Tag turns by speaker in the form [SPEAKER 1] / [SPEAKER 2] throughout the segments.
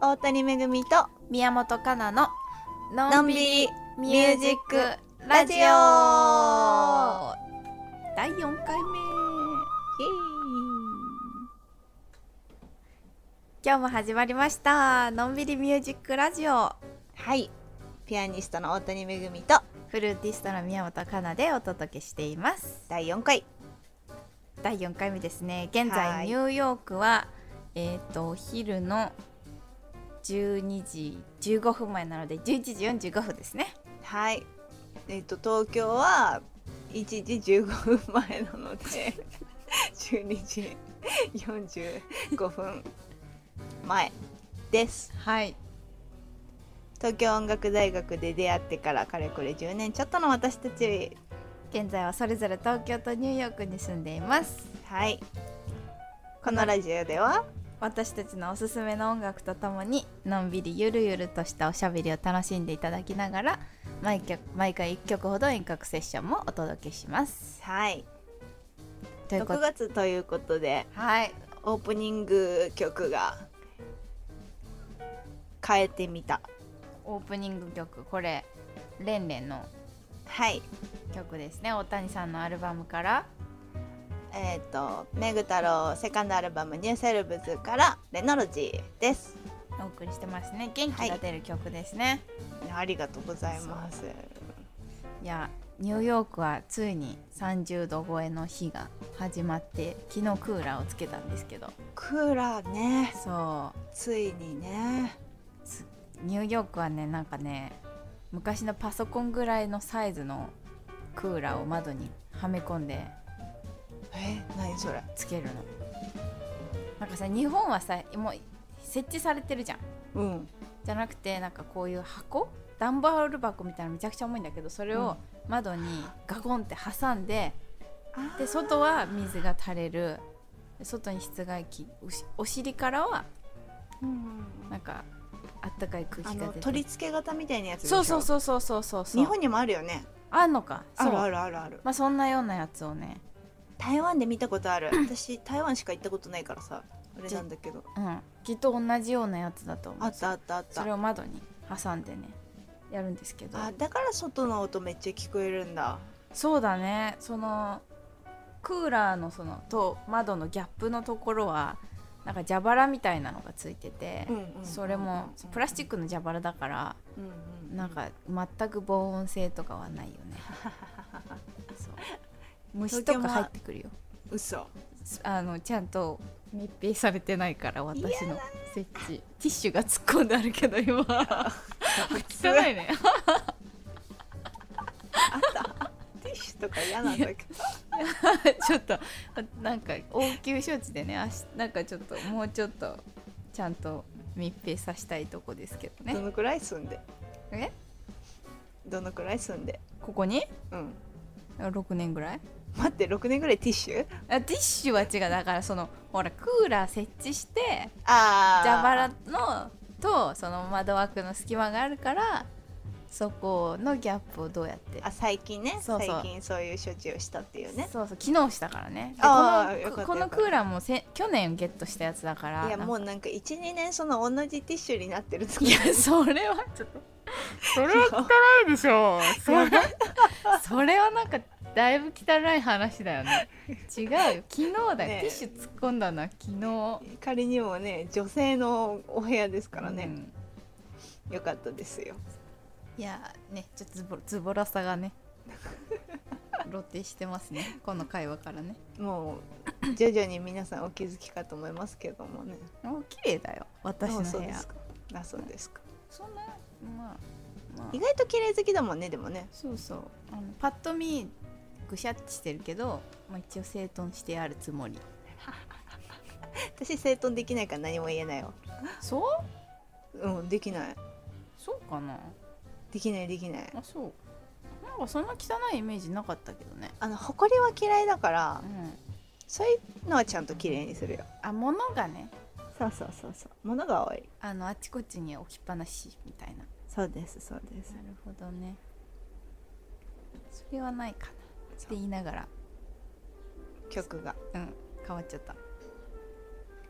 [SPEAKER 1] 大谷めぐみと
[SPEAKER 2] 宮本かなの
[SPEAKER 1] の
[SPEAKER 2] の
[SPEAKER 1] んびり
[SPEAKER 2] ミュージックラジオ第4回目今日も始まりましたのんびりミュージックラジオ
[SPEAKER 1] はいピアニストの大谷めぐみと
[SPEAKER 2] フルーティストの宮本かなでお届けしています
[SPEAKER 1] 第4回
[SPEAKER 2] 第4回目ですね現
[SPEAKER 1] は
[SPEAKER 2] 在
[SPEAKER 1] い
[SPEAKER 2] ニューヨークはえっ、とお昼の12時15分前なので11時45分ですね
[SPEAKER 1] はいえっ、と東京は1時15分前なので 12時45分前です
[SPEAKER 2] はい
[SPEAKER 1] 東京音楽大学で出会ってからかれこれ10年ちょっとの私たち
[SPEAKER 2] 現在はそれぞれ東京とニューヨークに住んでいます
[SPEAKER 1] はいこのラジオでは
[SPEAKER 2] 私たちのおすすめの音楽とともにのんびりゆるゆるとしたおしゃべりを楽しんでいただきながら毎曲毎回1曲ほど遠隔セッションもお届けします。
[SPEAKER 1] はい
[SPEAKER 2] というこ
[SPEAKER 1] 6
[SPEAKER 2] と
[SPEAKER 1] 月ということで
[SPEAKER 2] はい
[SPEAKER 1] オープニング曲が変えてみた
[SPEAKER 2] オープニング曲これレンレンの
[SPEAKER 1] はい
[SPEAKER 2] 曲ですね大谷さんのアルバムから
[SPEAKER 1] えっ、とメグ太郎セカンドアルバム「ニューセルブズ」から「レノロジー」です
[SPEAKER 2] お送りしてますね元気が出る曲ですね、
[SPEAKER 1] ありがとうございます
[SPEAKER 2] い、やニューヨークはついに30度超えの日が始まって昨日クーラーをつけたんですけど
[SPEAKER 1] クーラーね
[SPEAKER 2] そう
[SPEAKER 1] ついにね
[SPEAKER 2] ニューヨークはねなんかね昔のパソコンぐらいのサイズのクーラーを窓にはめ込んで
[SPEAKER 1] え何それ
[SPEAKER 2] つけるのなんかさ日本はさもう設置されてるじゃん
[SPEAKER 1] うん
[SPEAKER 2] じゃなくてなんかこういう箱段ボール箱みたいなのめちゃくちゃ重いんだけどそれを窓にガコンって挟んで、で外は水が垂れる外に室外機おしお尻からはなんかあったかい空
[SPEAKER 1] あ
[SPEAKER 2] 気が
[SPEAKER 1] の
[SPEAKER 2] 出て
[SPEAKER 1] 取り付け型みたいなやつでし
[SPEAKER 2] そ
[SPEAKER 1] ょ
[SPEAKER 2] うそうそうそうそうそうそう
[SPEAKER 1] 日本にもあるよね
[SPEAKER 2] あんのか
[SPEAKER 1] あるあ
[SPEAKER 2] る
[SPEAKER 1] るあるある
[SPEAKER 2] まあそんなようなやつをね
[SPEAKER 1] 台湾で見たことあ る私台湾しか行ったことないからさあれなんだけど
[SPEAKER 2] うんきっと同じようなやつだと思
[SPEAKER 1] あ
[SPEAKER 2] う
[SPEAKER 1] ったあったあっ
[SPEAKER 2] それ
[SPEAKER 1] た
[SPEAKER 2] を窓に挟んでねやるんですけど
[SPEAKER 1] あだから外の音めっちゃ聞こえるんだ
[SPEAKER 2] そうだねそのクーラーのそのと窓のギャップのところはなんか蛇腹みたいなのがついてて、それもプラスチックの蛇腹だから
[SPEAKER 1] ク、うんうん、
[SPEAKER 2] なんか全く防音性とかはないよ ねそう虫とか入ってくるよ
[SPEAKER 1] 嘘
[SPEAKER 2] あのちゃんと密閉されてないから私の設置ティッシュが突っ込んであるけど今汚
[SPEAKER 1] あ
[SPEAKER 2] いね
[SPEAKER 1] ったティッシュとか嫌なんだけど
[SPEAKER 2] ちょっとなんか応急処置でねあしなんかちょっともうちょっとちゃんと密閉させたいとこですけど
[SPEAKER 1] ど
[SPEAKER 2] ね
[SPEAKER 1] のくらい住んで
[SPEAKER 2] え
[SPEAKER 1] どのくらい住んで
[SPEAKER 2] ここに
[SPEAKER 1] うん
[SPEAKER 2] 6年ぐらい
[SPEAKER 1] 待って6年ぐらいティッシュ
[SPEAKER 2] あティッシュは違うだからそのほらクーラー設置して
[SPEAKER 1] あ
[SPEAKER 2] 蛇腹
[SPEAKER 1] あ
[SPEAKER 2] のとその窓枠の隙間があるからそこのギャップをどうやって
[SPEAKER 1] あ最近ね
[SPEAKER 2] そうそう
[SPEAKER 1] 最近そういう処置をしたっていうね
[SPEAKER 2] そうそう昨日したからねで
[SPEAKER 1] あーよ
[SPEAKER 2] こ
[SPEAKER 1] かったよ
[SPEAKER 2] のこ
[SPEAKER 1] か
[SPEAKER 2] の
[SPEAKER 1] った
[SPEAKER 2] クーラーもせ去年ゲットしたやつだから
[SPEAKER 1] いや
[SPEAKER 2] なんか
[SPEAKER 1] もうなんか12年その同じティッシュになってる時
[SPEAKER 2] いやそれはちょっとそれ
[SPEAKER 1] は汚
[SPEAKER 2] いでしょそれ
[SPEAKER 1] やば
[SPEAKER 2] それはなんかだいぶ汚い話だよね違うよ昨日だよ、
[SPEAKER 1] ねえ
[SPEAKER 2] ティッシュ突っ込んだのは昨日
[SPEAKER 1] 仮にもね女性のお部屋ですから
[SPEAKER 2] う
[SPEAKER 1] ね、
[SPEAKER 2] ん
[SPEAKER 1] よかったですよ
[SPEAKER 2] いやねちょっとズボズボラさがね露呈してますねこの会話からね
[SPEAKER 1] もう徐々に皆さんお気づきかと思いますけどもね
[SPEAKER 2] お綺麗だよ私の
[SPEAKER 1] あそう
[SPEAKER 2] 部
[SPEAKER 1] で
[SPEAKER 2] 屋
[SPEAKER 1] すかあそうですか
[SPEAKER 2] そんなまあまあ
[SPEAKER 1] 意外と綺麗好きだもんねでもね
[SPEAKER 2] そうそうあのパッと見ぐしゃってしてるけど、まあ、一応整頓してあるつもり
[SPEAKER 1] 私整頓できないから何も言えないよ
[SPEAKER 2] そう
[SPEAKER 1] うんできない
[SPEAKER 2] そうかな
[SPEAKER 1] できないできない
[SPEAKER 2] あそうなんかそんな汚いイメージなかったけどね
[SPEAKER 1] あの埃は嫌いだから
[SPEAKER 2] うん
[SPEAKER 1] そういうのはちゃんと綺麗にするよ
[SPEAKER 2] あ物がね
[SPEAKER 1] そうそうそうそう物が多い
[SPEAKER 2] あのあちこちに置きっぱなしみたいな
[SPEAKER 1] そうですそうです
[SPEAKER 2] なるほどねそれはないかなって言いながら
[SPEAKER 1] 曲が
[SPEAKER 2] うん変わっちゃった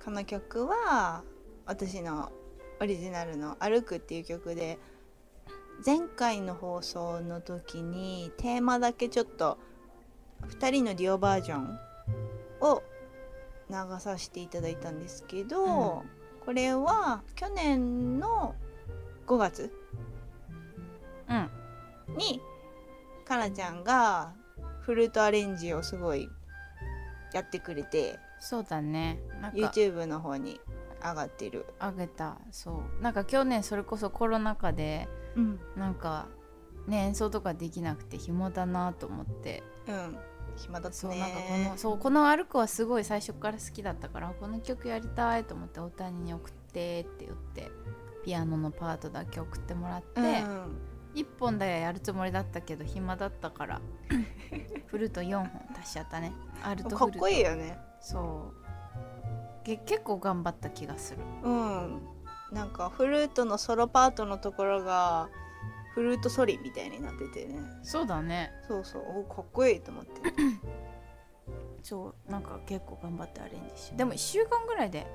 [SPEAKER 1] この曲は私のオリジナルの「歩く」っていう曲で前回の放送の時にテーマだけちょっと2人のディオバージョンを流させていただいたんですけど、これは去年の5月
[SPEAKER 2] うん
[SPEAKER 1] にかなちゃんがフルートアレンジをすごいやってくれて
[SPEAKER 2] そうだねなんか
[SPEAKER 1] YouTube の方に上がってる。
[SPEAKER 2] あげたそうなんか去年それこそコロナ禍で
[SPEAKER 1] うん、
[SPEAKER 2] なんかね演奏とかできなくて暇だなと思って
[SPEAKER 1] うん、暇だった
[SPEAKER 2] そう
[SPEAKER 1] ね。
[SPEAKER 2] なんかこのそうこの「歩く」はすごい最初から好きだったからこの曲やりたいと思って大谷に送ってって言ってピアノのパートだけ送ってもらって、
[SPEAKER 1] うん、
[SPEAKER 2] 1本だけやるつもりだったけど暇だった からフルート4本足しちゃったねアルト
[SPEAKER 1] かっ
[SPEAKER 2] フルート
[SPEAKER 1] こいいよね。
[SPEAKER 2] そうけ結構頑張った気がする
[SPEAKER 1] うん、なんかフルートのソロパートのところがフルートソリみたいになっててね。
[SPEAKER 2] そうだね
[SPEAKER 1] そうそう、おかっこいいと思 って。
[SPEAKER 2] そうなんか結構頑張ってアレンジしてでも1週間ぐらいで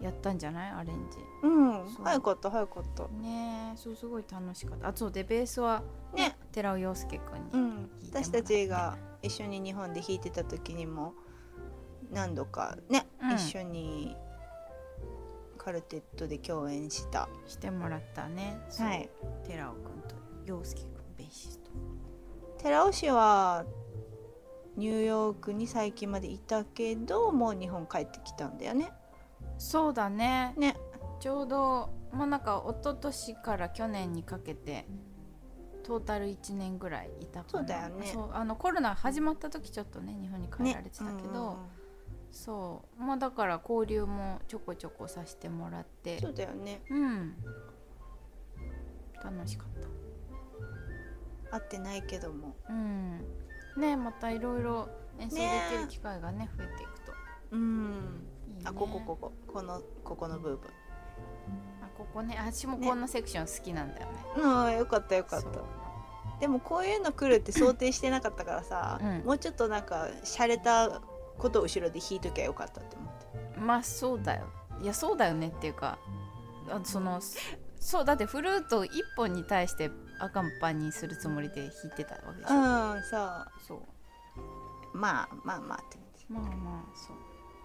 [SPEAKER 2] やったんじゃないアレンジ
[SPEAKER 1] うん、
[SPEAKER 2] そう
[SPEAKER 1] 早かった早かった。
[SPEAKER 2] ねえそうすごい楽しかったあそうでベースは
[SPEAKER 1] ね、
[SPEAKER 2] 寺尾陽介くんに、
[SPEAKER 1] うん、
[SPEAKER 2] 聞いてもらって
[SPEAKER 1] 私たちが一緒に日本で弾いてた時にも何度かね、
[SPEAKER 2] うん
[SPEAKER 1] 一緒にカルテットで共演した。
[SPEAKER 2] してもらったねそう
[SPEAKER 1] はい。
[SPEAKER 2] 寺尾くんと陽介くんベーシスト
[SPEAKER 1] 寺尾氏はニューヨークに最近までいたけどもう日本帰ってきたんだよね。
[SPEAKER 2] そうだね
[SPEAKER 1] ね。
[SPEAKER 2] ちょうどもうなんか一昨年から去年にかけてトータル1年ぐらいいたかな
[SPEAKER 1] そうだよね
[SPEAKER 2] そうあのコロナ始まった時ちょっとね日本に帰
[SPEAKER 1] ね
[SPEAKER 2] られてたけど、そうまあだから交流もちょこちょこさせてもらって
[SPEAKER 1] そうだよね
[SPEAKER 2] うん楽しかっ
[SPEAKER 1] 会ってないけども
[SPEAKER 2] たうんねまたいろいろ演奏で
[SPEAKER 1] ね
[SPEAKER 2] きる機会がね増えていくと
[SPEAKER 1] うん
[SPEAKER 2] いいね
[SPEAKER 1] あこここここのここの部分
[SPEAKER 2] あここねあ私も
[SPEAKER 1] ね
[SPEAKER 2] こんなセクション好きなんだよね
[SPEAKER 1] ああよかったよかっ
[SPEAKER 2] そう
[SPEAKER 1] たでもこういうの来るって想定してなかったからさ、
[SPEAKER 2] うん
[SPEAKER 1] もうちょっとなんか洒落たことを後ろで弾いときゃよかったって思って
[SPEAKER 2] まあそうだよいやそうだよねっていうかあそのそそうだってフルート1本に対して赤ンパにするつもりで弾いてたわけでし
[SPEAKER 1] う
[SPEAKER 2] ょ
[SPEAKER 1] んそう
[SPEAKER 2] そう
[SPEAKER 1] まあまあまあって感
[SPEAKER 2] まあまあそう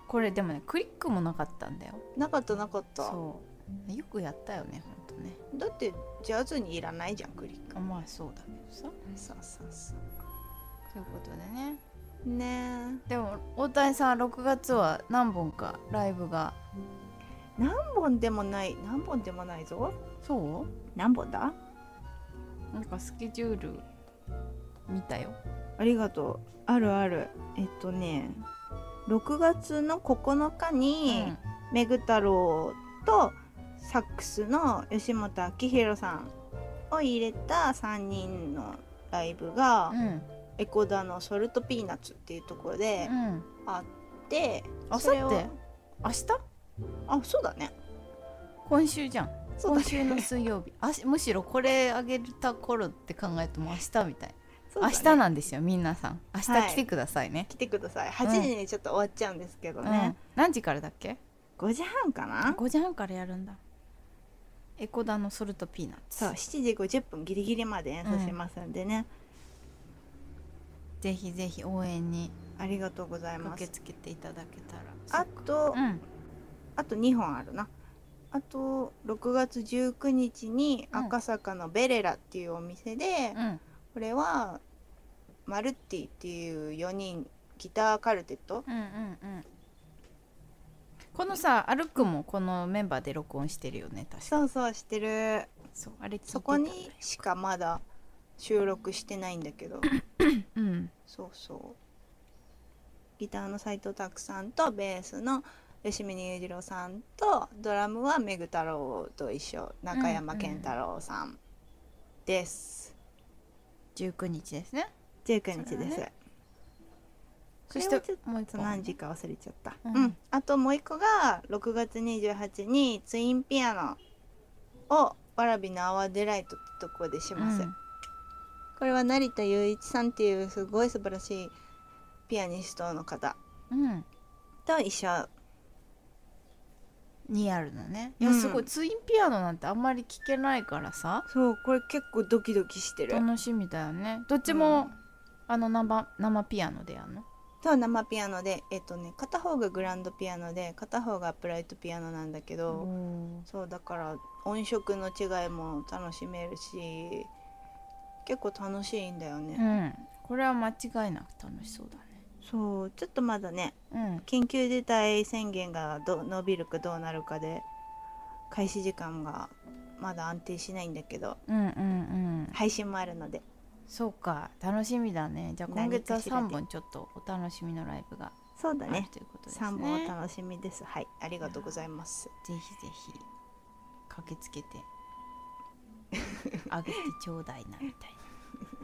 [SPEAKER 2] これでもねクリックもなかったんだよ
[SPEAKER 1] じなかったなかった
[SPEAKER 2] そうよくやったよねほんとね
[SPEAKER 1] だってジャズにいらないじゃんクリック
[SPEAKER 2] あまあそうだけどさ
[SPEAKER 1] そうそうそ
[SPEAKER 2] ということでね
[SPEAKER 1] うねえ
[SPEAKER 2] でも大谷さん6月は何本かライブが
[SPEAKER 1] 何本でもない何本でもないぞ
[SPEAKER 2] そ
[SPEAKER 1] 何本だ
[SPEAKER 2] うなんかスケジュール見たよ
[SPEAKER 1] ありがとう。あるある。えっとね、6月の9日に、メグ太郎とサックスの吉本明宏さんを入れた3人のライブが、
[SPEAKER 2] うんうん
[SPEAKER 1] エコダのソルトピーナッツっていうところで
[SPEAKER 2] うん
[SPEAKER 1] あって、
[SPEAKER 2] あ
[SPEAKER 1] それを
[SPEAKER 2] さて明日
[SPEAKER 1] あ、そうだね。
[SPEAKER 2] 今週じゃん
[SPEAKER 1] そうだ
[SPEAKER 2] 今
[SPEAKER 1] ね
[SPEAKER 2] 週の水曜日あしむしろこれあげた頃って考えても明日みたい、
[SPEAKER 1] そうだ
[SPEAKER 2] 明
[SPEAKER 1] ね
[SPEAKER 2] 日なんですよ皆さん明日
[SPEAKER 1] はい
[SPEAKER 2] 来てくださいね、
[SPEAKER 1] 来てください。8時にちょっと終わっちゃうんですけど
[SPEAKER 2] うん
[SPEAKER 1] ね。
[SPEAKER 2] 何時からだっけ
[SPEAKER 1] 5時半かな
[SPEAKER 2] 5時半からやるんだエコダのソルトピーナッツ
[SPEAKER 1] そう、7時50分ギリギリまで演奏しますんでね。
[SPEAKER 2] ぜひぜひ応援に
[SPEAKER 1] ありがとうござい
[SPEAKER 2] 駆
[SPEAKER 1] ま
[SPEAKER 2] け
[SPEAKER 1] す。
[SPEAKER 2] つけていただけたら
[SPEAKER 1] あと、
[SPEAKER 2] うん
[SPEAKER 1] あと2本あるな。あと6月19日に
[SPEAKER 2] うん
[SPEAKER 1] 赤坂のベレラっていうお店で、
[SPEAKER 2] うん
[SPEAKER 1] これはマルッティっていう4人ギターカルテット
[SPEAKER 2] うんうんうんこのさ歩くもこのメンバーで録音してるよね確か
[SPEAKER 1] そうそうしてる
[SPEAKER 2] そうあれ聞いてた
[SPEAKER 1] そこにしかまだ収録してないんだけど
[SPEAKER 2] うん
[SPEAKER 1] そうそうギターの斎藤拓さんとベースの吉峰裕次郎さんとドラムはメグ太郎と一緒中山健太郎さんです。
[SPEAKER 2] 19日ですね
[SPEAKER 1] 19日です。
[SPEAKER 2] それは
[SPEAKER 1] そ
[SPEAKER 2] そ
[SPEAKER 1] し
[SPEAKER 2] してて
[SPEAKER 1] もうちょっ
[SPEAKER 2] もう一
[SPEAKER 1] と
[SPEAKER 2] 本
[SPEAKER 1] 何時か忘れちゃった。う、
[SPEAKER 2] うんん
[SPEAKER 1] あともう一個が6月28にツインピアノをわらびのアワーデライトってとこでします。
[SPEAKER 2] うん
[SPEAKER 1] これは成田雄一さんっていうすごい素晴らしいピアニストの方
[SPEAKER 2] うん
[SPEAKER 1] と一緒
[SPEAKER 2] にあるのねいうや
[SPEAKER 1] ん
[SPEAKER 2] すごい、ツインピアノなんてあんまり聞けないからさ
[SPEAKER 1] そうこれ結構ドキドキしてる
[SPEAKER 2] 楽しみだよねどっち
[SPEAKER 1] う
[SPEAKER 2] も、
[SPEAKER 1] ん
[SPEAKER 2] あの生生ピアノでやるの
[SPEAKER 1] と生ピアノでえっとね片方がグランドピアノで片方がプライトピアノなんだけど、そうだから音色の違いも楽しめるし結構楽しいんだよ
[SPEAKER 2] う
[SPEAKER 1] ね、
[SPEAKER 2] んこれは間違いなく楽しそうだね
[SPEAKER 1] そうちょっとまだね
[SPEAKER 2] うん
[SPEAKER 1] 緊急事態宣言がど伸びるかどうなるかで開始時間がまだ安定しないんだけど
[SPEAKER 2] うんうんうん
[SPEAKER 1] 配信もあるので
[SPEAKER 2] そうか楽しみだねじゃあ今
[SPEAKER 1] 何
[SPEAKER 2] 月は
[SPEAKER 1] かしらで
[SPEAKER 2] 3本ちょっとお楽しみのライブが
[SPEAKER 1] そう
[SPEAKER 2] あ
[SPEAKER 1] だ
[SPEAKER 2] る
[SPEAKER 1] ね
[SPEAKER 2] ということですね
[SPEAKER 1] 3本お楽しみですはいありがとうございます
[SPEAKER 2] ぜひぜひ駆けつけてあげてちょうだいなみたい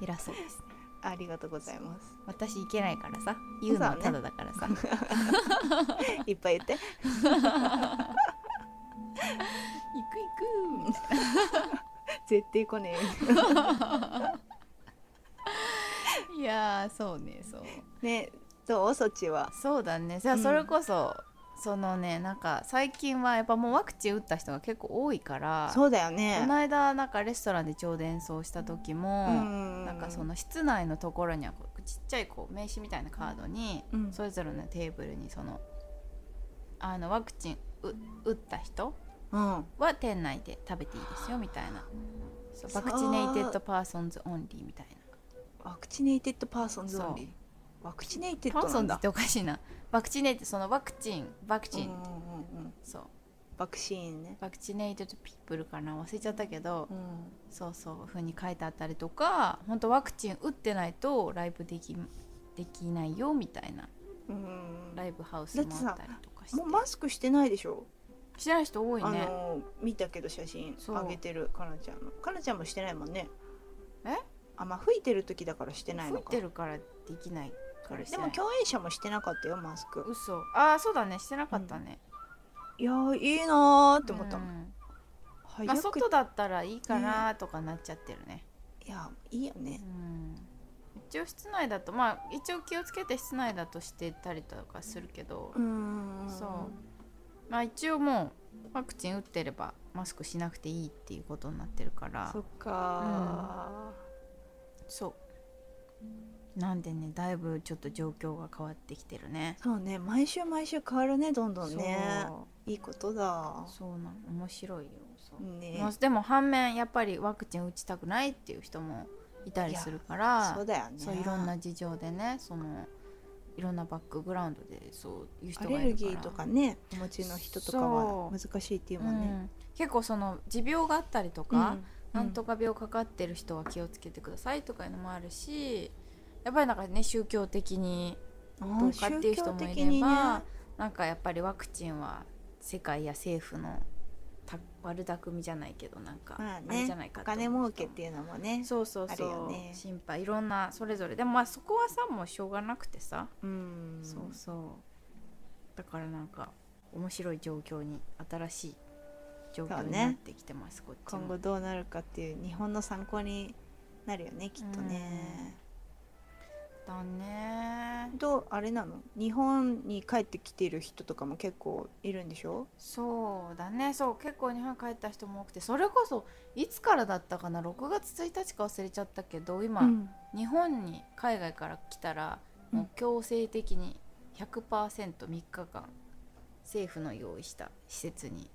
[SPEAKER 2] な偉そうですね
[SPEAKER 1] ありがとうございます
[SPEAKER 2] 私行けないからさ言うのはただだからさ、
[SPEAKER 1] いっぱい言って
[SPEAKER 2] 行く行く
[SPEAKER 1] 絶対来ね
[SPEAKER 2] いやーそうねそう
[SPEAKER 1] え ねどうそっちは
[SPEAKER 2] そうだねじゃあ
[SPEAKER 1] うん
[SPEAKER 2] それこそ、そのねなんか最近はやっぱもうワクチン打った人が結構多いから
[SPEAKER 1] そうだよ
[SPEAKER 2] こ
[SPEAKER 1] ね
[SPEAKER 2] の間なんかレストランでちょうど演奏した時も、
[SPEAKER 1] うん
[SPEAKER 2] なんかその室内のところにはこうちっちゃいこう名刺みたいなカードに、
[SPEAKER 1] うん
[SPEAKER 2] それぞれのテーブルにそのあのワクチンう打った人
[SPEAKER 1] うん
[SPEAKER 2] は店内で食べていいですよみたいなそうバクチネイテッドパーソンズオンリーみたい
[SPEAKER 1] ワクチネイテッドパーソンズ
[SPEAKER 2] そう
[SPEAKER 1] オンリーワクチネイテッ
[SPEAKER 2] な
[SPEAKER 1] ド
[SPEAKER 2] パーソ
[SPEAKER 1] な
[SPEAKER 2] ン
[SPEAKER 1] ん
[SPEAKER 2] ズっ
[SPEAKER 1] だ
[SPEAKER 2] ておかしいなワクチネイテそのワクチンワクチン、
[SPEAKER 1] うんうんうんうん
[SPEAKER 2] そう
[SPEAKER 1] ワクチンね
[SPEAKER 2] バクチネイテッドピープルかな忘れちゃったけど、
[SPEAKER 1] うん
[SPEAKER 2] そうそうふうに書いてあったりとか本当ワクチン打ってないとライブできできないよみたいな
[SPEAKER 1] うん
[SPEAKER 2] ライブハウスもあったりとかして
[SPEAKER 1] もうマスクしてないでしょ、
[SPEAKER 2] してない人多い
[SPEAKER 1] あ
[SPEAKER 2] ね
[SPEAKER 1] の見たけど写真
[SPEAKER 2] そう
[SPEAKER 1] あげてるかなちゃんのかなちゃんもしてないもんね
[SPEAKER 2] え
[SPEAKER 1] あまあ吹いてる時だからしてない
[SPEAKER 2] 吹
[SPEAKER 1] の
[SPEAKER 2] い
[SPEAKER 1] か
[SPEAKER 2] てるからできないからして
[SPEAKER 1] で
[SPEAKER 2] ない
[SPEAKER 1] も共演者もしてなかったよマスク
[SPEAKER 2] 嘘ああそうだねしてなかったね、
[SPEAKER 1] いやーいいなーって思ったもん、
[SPEAKER 2] ん
[SPEAKER 1] 早
[SPEAKER 2] まあ、
[SPEAKER 1] く
[SPEAKER 2] 外だったらいいかなとかなっちゃってるね、
[SPEAKER 1] いやいいよね
[SPEAKER 2] うん、一応室内だとまあ一応気をつけて室内だとしてたりとかするけど、
[SPEAKER 1] うん
[SPEAKER 2] そうまあ一応もうワクチン打ってればマスクしなくていいっていうことになってるから
[SPEAKER 1] そっか
[SPEAKER 2] そうなんでねだいぶちょっと状況が変わってきてるね
[SPEAKER 1] ー、そうね毎週毎週変わるねどんどんね
[SPEAKER 2] そう
[SPEAKER 1] いいことだ
[SPEAKER 2] そうなの面白いよそう、
[SPEAKER 1] ね
[SPEAKER 2] まあでも反面やっぱりワクチン打ちたくないっていう人もいたりするから
[SPEAKER 1] そうだよね
[SPEAKER 2] そういろんな事情でねそのいろんなバックグラウンドでそういう人
[SPEAKER 1] ア
[SPEAKER 2] がいるか
[SPEAKER 1] レ
[SPEAKER 2] ら
[SPEAKER 1] ルギーとかねお持ちの人とかは
[SPEAKER 2] そ
[SPEAKER 1] 難しいっていう
[SPEAKER 2] う
[SPEAKER 1] もんね、
[SPEAKER 2] ん、結構その持病があったりと
[SPEAKER 1] うん
[SPEAKER 2] か、なんとか病かかってる人は気をつけてくださいとかいうのもあるしやっぱりなんかね宗教的にどうかっていう人もいれば、なんかやっぱりワクチンは世界や政府のた悪巧みじゃないけどなんか
[SPEAKER 1] まあ
[SPEAKER 2] あれ
[SPEAKER 1] ね
[SPEAKER 2] じゃないか
[SPEAKER 1] お
[SPEAKER 2] と思う
[SPEAKER 1] 金儲けっていうのもね
[SPEAKER 2] そうそうそう
[SPEAKER 1] あるよね
[SPEAKER 2] 心配いろんなそれぞれでもまあそこはさもうしょうがなくてさ、
[SPEAKER 1] うん
[SPEAKER 2] そうそうだからなんか面白い状況に新しい状況
[SPEAKER 1] そう
[SPEAKER 2] に
[SPEAKER 1] ね
[SPEAKER 2] なってきてます、こっちも
[SPEAKER 1] 今後どうなるかっていう日本の参考になるよねきっとね、
[SPEAKER 2] だね
[SPEAKER 1] どうあれなの日本に帰ってきてる人とかも結構いるんでしょ
[SPEAKER 2] そうだねそう結構日本帰った人も多くてそれこそいつからだったかな6月1日か忘れちゃったけど今、
[SPEAKER 1] うん
[SPEAKER 2] 日本に海外から来たら
[SPEAKER 1] うん
[SPEAKER 2] もう強制的に 100%3 日間政府の用意した施設に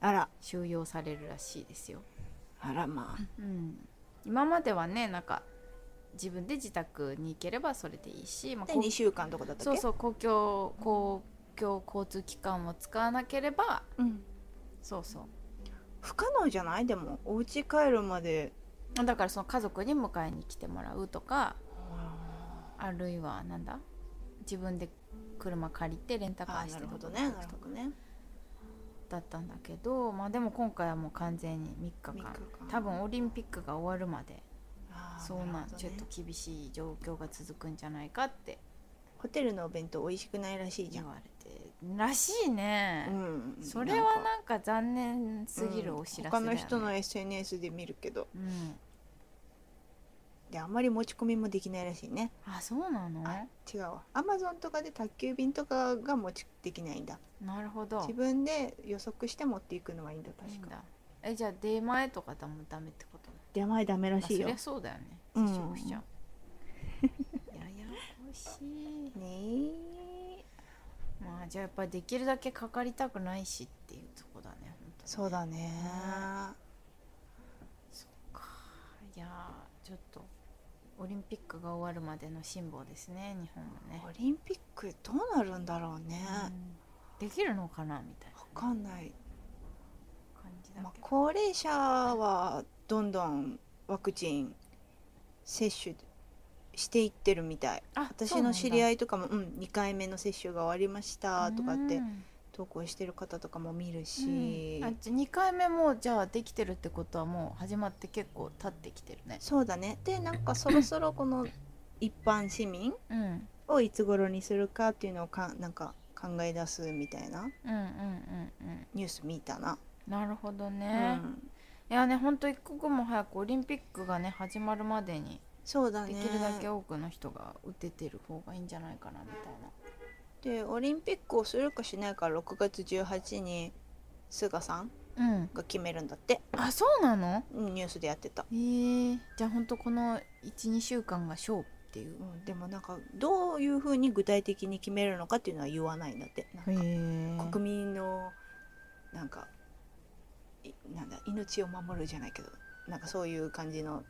[SPEAKER 1] あら
[SPEAKER 2] 収容されるらしいですよ、
[SPEAKER 1] あらまあ
[SPEAKER 2] うん、今まではねなんか自分で自宅に行ければそれでいいし、まあ
[SPEAKER 1] で
[SPEAKER 2] こう
[SPEAKER 1] 2週間とかだった
[SPEAKER 2] そ
[SPEAKER 1] っ
[SPEAKER 2] う
[SPEAKER 1] け
[SPEAKER 2] そう公共公共交通機関を使わなければ
[SPEAKER 1] うん
[SPEAKER 2] そうそう
[SPEAKER 1] 不可能じゃないでもお家帰るまで
[SPEAKER 2] だからその家族に迎えに来てもらうとかあるいはなんだ自分で車借りてレンタカ
[SPEAKER 1] あ
[SPEAKER 2] ー
[SPEAKER 1] ー
[SPEAKER 2] し
[SPEAKER 1] な
[SPEAKER 2] て
[SPEAKER 1] るほど
[SPEAKER 2] ど
[SPEAKER 1] ねなるほどね
[SPEAKER 2] だったんだけど、まあ、でも今回はもう完全に3日間
[SPEAKER 1] 三日間
[SPEAKER 2] 多分オリンピックが終わるまで
[SPEAKER 1] あー
[SPEAKER 2] そうなん
[SPEAKER 1] るほどね
[SPEAKER 2] ちょっと厳しい状況が続くんじゃないかって
[SPEAKER 1] ホテルのお弁当美味しくないらしいじゃ
[SPEAKER 2] 言
[SPEAKER 1] ん。
[SPEAKER 2] われてらしいね、
[SPEAKER 1] うん、
[SPEAKER 2] それはなんか残念すぎるお知らせだよね、
[SPEAKER 1] うん他の人の SNS で見るけど
[SPEAKER 2] うん
[SPEAKER 1] であんまり持ち込みもできないらしいね
[SPEAKER 2] あそうなの
[SPEAKER 1] あ違うわアマゾンとかで宅急便とかが持ちできないんだ
[SPEAKER 2] なるほど
[SPEAKER 1] 自分で予測して持っていくのはいいんだ
[SPEAKER 2] いい
[SPEAKER 1] 確
[SPEAKER 2] ん
[SPEAKER 1] か
[SPEAKER 2] だえじゃあ出前とかだもダメってこと
[SPEAKER 1] 出前ダメら
[SPEAKER 2] まあ
[SPEAKER 1] しい
[SPEAKER 2] そ
[SPEAKER 1] よ
[SPEAKER 2] りゃそうだよね
[SPEAKER 1] うん
[SPEAKER 2] 接触しちゃうややこしい
[SPEAKER 1] ねえ
[SPEAKER 2] まあじゃあやっぱりできるだけかかりたくないしっていうとこだね本当に
[SPEAKER 1] そうだね
[SPEAKER 2] そっかいやーちょっとオリンピックが終わるまでの辛抱ですね日本もね
[SPEAKER 1] オ、リンピックどうなるんだろうね、
[SPEAKER 2] うんできるのかなみたいな
[SPEAKER 1] わかんない、
[SPEAKER 2] 感じだ
[SPEAKER 1] まあ
[SPEAKER 2] け、ど、
[SPEAKER 1] 高齢者はどんどんワクチン接種していってるみたい
[SPEAKER 2] あ
[SPEAKER 1] 私の知り合
[SPEAKER 2] い
[SPEAKER 1] いとかも「うん2回目の接種が終わりました」とかって投稿してる方とかも見るし、
[SPEAKER 2] あじゃあ2回目もじゃあできてるってことはもう始まって結構経ってきてるね
[SPEAKER 1] そうだねでなんかそろそろこの一般市民
[SPEAKER 2] うんうん
[SPEAKER 1] をいつ頃にするかっていうのをかなんか考え出すみたいな
[SPEAKER 2] うんうんうん
[SPEAKER 1] ニュース見たな、
[SPEAKER 2] なるほどね、
[SPEAKER 1] うん、
[SPEAKER 2] いやねほんと一刻も早くオリンピックがね始まるまでに
[SPEAKER 1] そうだ
[SPEAKER 2] で
[SPEAKER 1] ね
[SPEAKER 2] きるだけ多くの人が打ててる方がいいんじゃないかなみたいな
[SPEAKER 1] でオリンピックをするかしないか6月18に菅さん
[SPEAKER 2] うん、
[SPEAKER 1] が決めるんだって
[SPEAKER 2] あそうなの
[SPEAKER 1] うんニュースでやってた、
[SPEAKER 2] えー、じゃあほんとこの12週間が勝負っていう
[SPEAKER 1] うん、でもなんかどういうふうに具体的に決めるのかっていうのは言わないんだってなんか
[SPEAKER 2] 国
[SPEAKER 1] 国民のなんかいなんだ命を守るじゃないけどなんかそういう感じの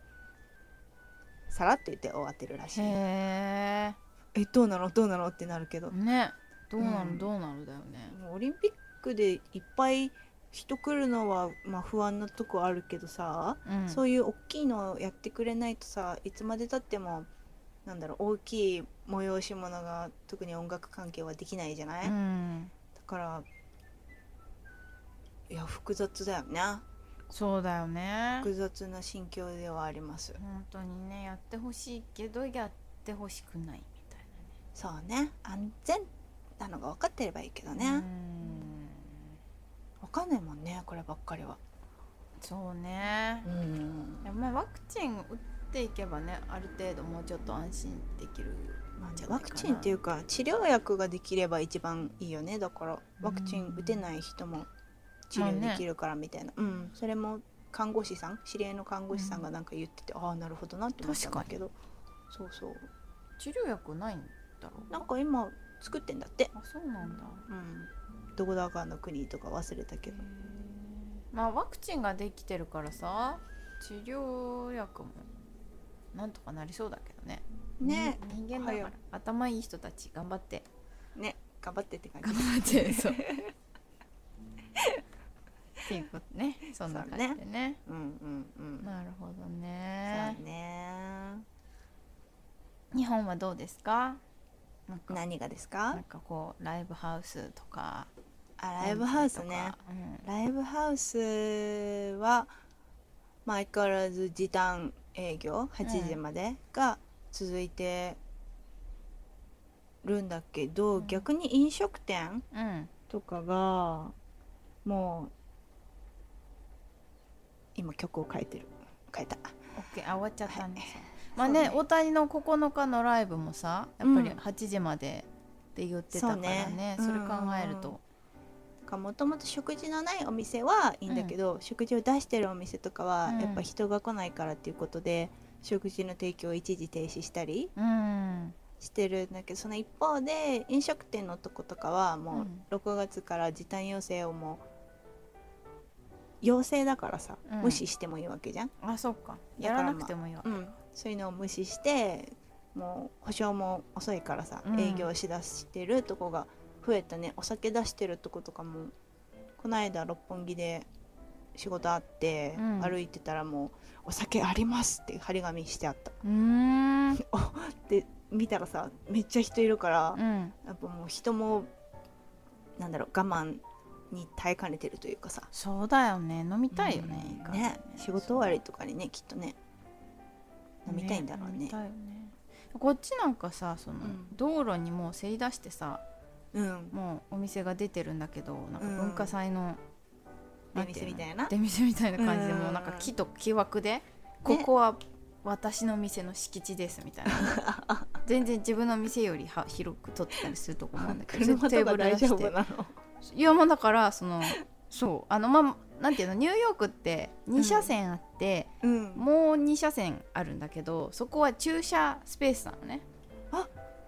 [SPEAKER 1] さらっと言って終わってるらしい
[SPEAKER 2] へ
[SPEAKER 1] えどうなのどうなのってなるけど、
[SPEAKER 2] えねどうな
[SPEAKER 1] う
[SPEAKER 2] の
[SPEAKER 1] ん
[SPEAKER 2] どうなのだよね、
[SPEAKER 1] もうオリンピックでいっぱい人来るのは、まあ、不安なとこあるけどさ、
[SPEAKER 2] うん、
[SPEAKER 1] そうういう大きいのをやってくれないとさいつまでたってもなんだろう大きい催し物が特に音楽関係はできないじゃない、だ
[SPEAKER 2] ん
[SPEAKER 1] からいや複雑だよね
[SPEAKER 2] そうだよね
[SPEAKER 1] 複雑な心境ではあります
[SPEAKER 2] 本当にねやってほしいけどやってほしくないみたい
[SPEAKER 1] そうね安全なのが分かってればいいけどね、
[SPEAKER 2] なね
[SPEAKER 1] 分かんないもんねこればっかりは
[SPEAKER 2] うんそうね
[SPEAKER 1] う、ん
[SPEAKER 2] でもまあワクチン打っていけばねある程度もうちょっと安心できる
[SPEAKER 1] まあ
[SPEAKER 2] じゃな
[SPEAKER 1] ワ
[SPEAKER 2] いかな
[SPEAKER 1] クチンっていうか治療薬ができれば一番いいよねだからワクチ
[SPEAKER 2] うん
[SPEAKER 1] ン打てない人も治
[SPEAKER 2] まあ
[SPEAKER 1] 療
[SPEAKER 2] ね
[SPEAKER 1] できるからみたいな、うんそれも看護師さん知り合いの看護師さんがなんか言ってて、ああなるほどなって思ったんだけどそうそう
[SPEAKER 2] 治療薬ないんだろう
[SPEAKER 1] なんか今作ってんだって、
[SPEAKER 2] あそうなんだ
[SPEAKER 1] うん、どこだかの国とか忘れたけど
[SPEAKER 2] まあワクチンができてるからさ治療薬もなんとかなりそうだけどね
[SPEAKER 1] ね
[SPEAKER 2] 人人間だか
[SPEAKER 1] は
[SPEAKER 2] ら
[SPEAKER 1] よ
[SPEAKER 2] 頭いい人たち頑張って
[SPEAKER 1] ね頑張ってって感じ
[SPEAKER 2] 頑張ってそうっていうことねそんな感じでね
[SPEAKER 1] うんうんうん
[SPEAKER 2] なるほど
[SPEAKER 1] さ
[SPEAKER 2] ね
[SPEAKER 1] あね
[SPEAKER 2] 日本はどうですかなんか
[SPEAKER 1] 何がです
[SPEAKER 2] な
[SPEAKER 1] か
[SPEAKER 2] んかこうライブハウスとか
[SPEAKER 1] あライブハウス
[SPEAKER 2] なん
[SPEAKER 1] ね
[SPEAKER 2] かうん
[SPEAKER 1] ライブハウスはまあ相変わらず時短営業8時までが続いてるんだけど、
[SPEAKER 2] うん
[SPEAKER 1] 逆に飲食店
[SPEAKER 2] うん
[SPEAKER 1] とかがもう今曲を変えてる変えた
[SPEAKER 2] OK あ終わっちゃったんですよま
[SPEAKER 1] は
[SPEAKER 2] あ
[SPEAKER 1] い
[SPEAKER 2] ね
[SPEAKER 1] そうね
[SPEAKER 2] 大谷の9日のライブもさやっぱり
[SPEAKER 1] うん
[SPEAKER 2] 8時までって言ってたからね,、
[SPEAKER 1] そう
[SPEAKER 2] そ
[SPEAKER 1] ね
[SPEAKER 2] れ考えると、
[SPEAKER 1] もともと食事のないお店はいいんだけど、食事を出してるお店とかは
[SPEAKER 2] うん
[SPEAKER 1] やっぱ人が来ないからっていうことで、食事の提供を一時停止したり
[SPEAKER 2] うん
[SPEAKER 1] してるんだけどその一方で飲食店のとことかはも
[SPEAKER 2] うん
[SPEAKER 1] う6月から時短要請をもう要請だからさ、
[SPEAKER 2] うん
[SPEAKER 1] 無視してもいいわけじゃん、
[SPEAKER 2] あそっか
[SPEAKER 1] だ
[SPEAKER 2] や
[SPEAKER 1] からまあ
[SPEAKER 2] らなくてもいいわ、
[SPEAKER 1] うん、そういうのを無視してもう保証も遅いからさ、
[SPEAKER 2] うん
[SPEAKER 1] 営業しだしてるとこが増えたねお酒出してるとことかもこないだ六本木で仕事あって、
[SPEAKER 2] うん
[SPEAKER 1] 歩いてたらもう「お酒あります」って張り紙してあった
[SPEAKER 2] うーんうん
[SPEAKER 1] で見たらさめっちゃ人いるから、
[SPEAKER 2] うん
[SPEAKER 1] やっぱもう人もなんだろう我慢に耐えかねてるというかさ
[SPEAKER 2] そうだよね飲みたいよね,、
[SPEAKER 1] うん
[SPEAKER 2] いいから
[SPEAKER 1] ね仕事終わりとかにねきっとね飲みたいんだろう
[SPEAKER 2] 飲
[SPEAKER 1] ね
[SPEAKER 2] みたいよねこっちなんかさその、
[SPEAKER 1] ん
[SPEAKER 2] 道路にもうせり出してさ
[SPEAKER 1] うん
[SPEAKER 2] もうお店が出てるんだけどなんか
[SPEAKER 1] うん
[SPEAKER 2] 文化祭の、
[SPEAKER 1] 出
[SPEAKER 2] んてう
[SPEAKER 1] 店
[SPEAKER 2] の
[SPEAKER 1] みたいな
[SPEAKER 2] 出店みたいな感じで
[SPEAKER 1] うん
[SPEAKER 2] もうなんか木と木枠でここは私の店の敷地ですみたいな 全然自分の店よりは広く取ってたりするとこもあるんだけど
[SPEAKER 1] 車とか大丈
[SPEAKER 2] 出
[SPEAKER 1] 夫なの
[SPEAKER 2] いやもうだからそ のそうあのまあなんていうのニューヨークって2車線あって、
[SPEAKER 1] うん
[SPEAKER 2] もう2車線あるんだけどそこは駐車スペースなのね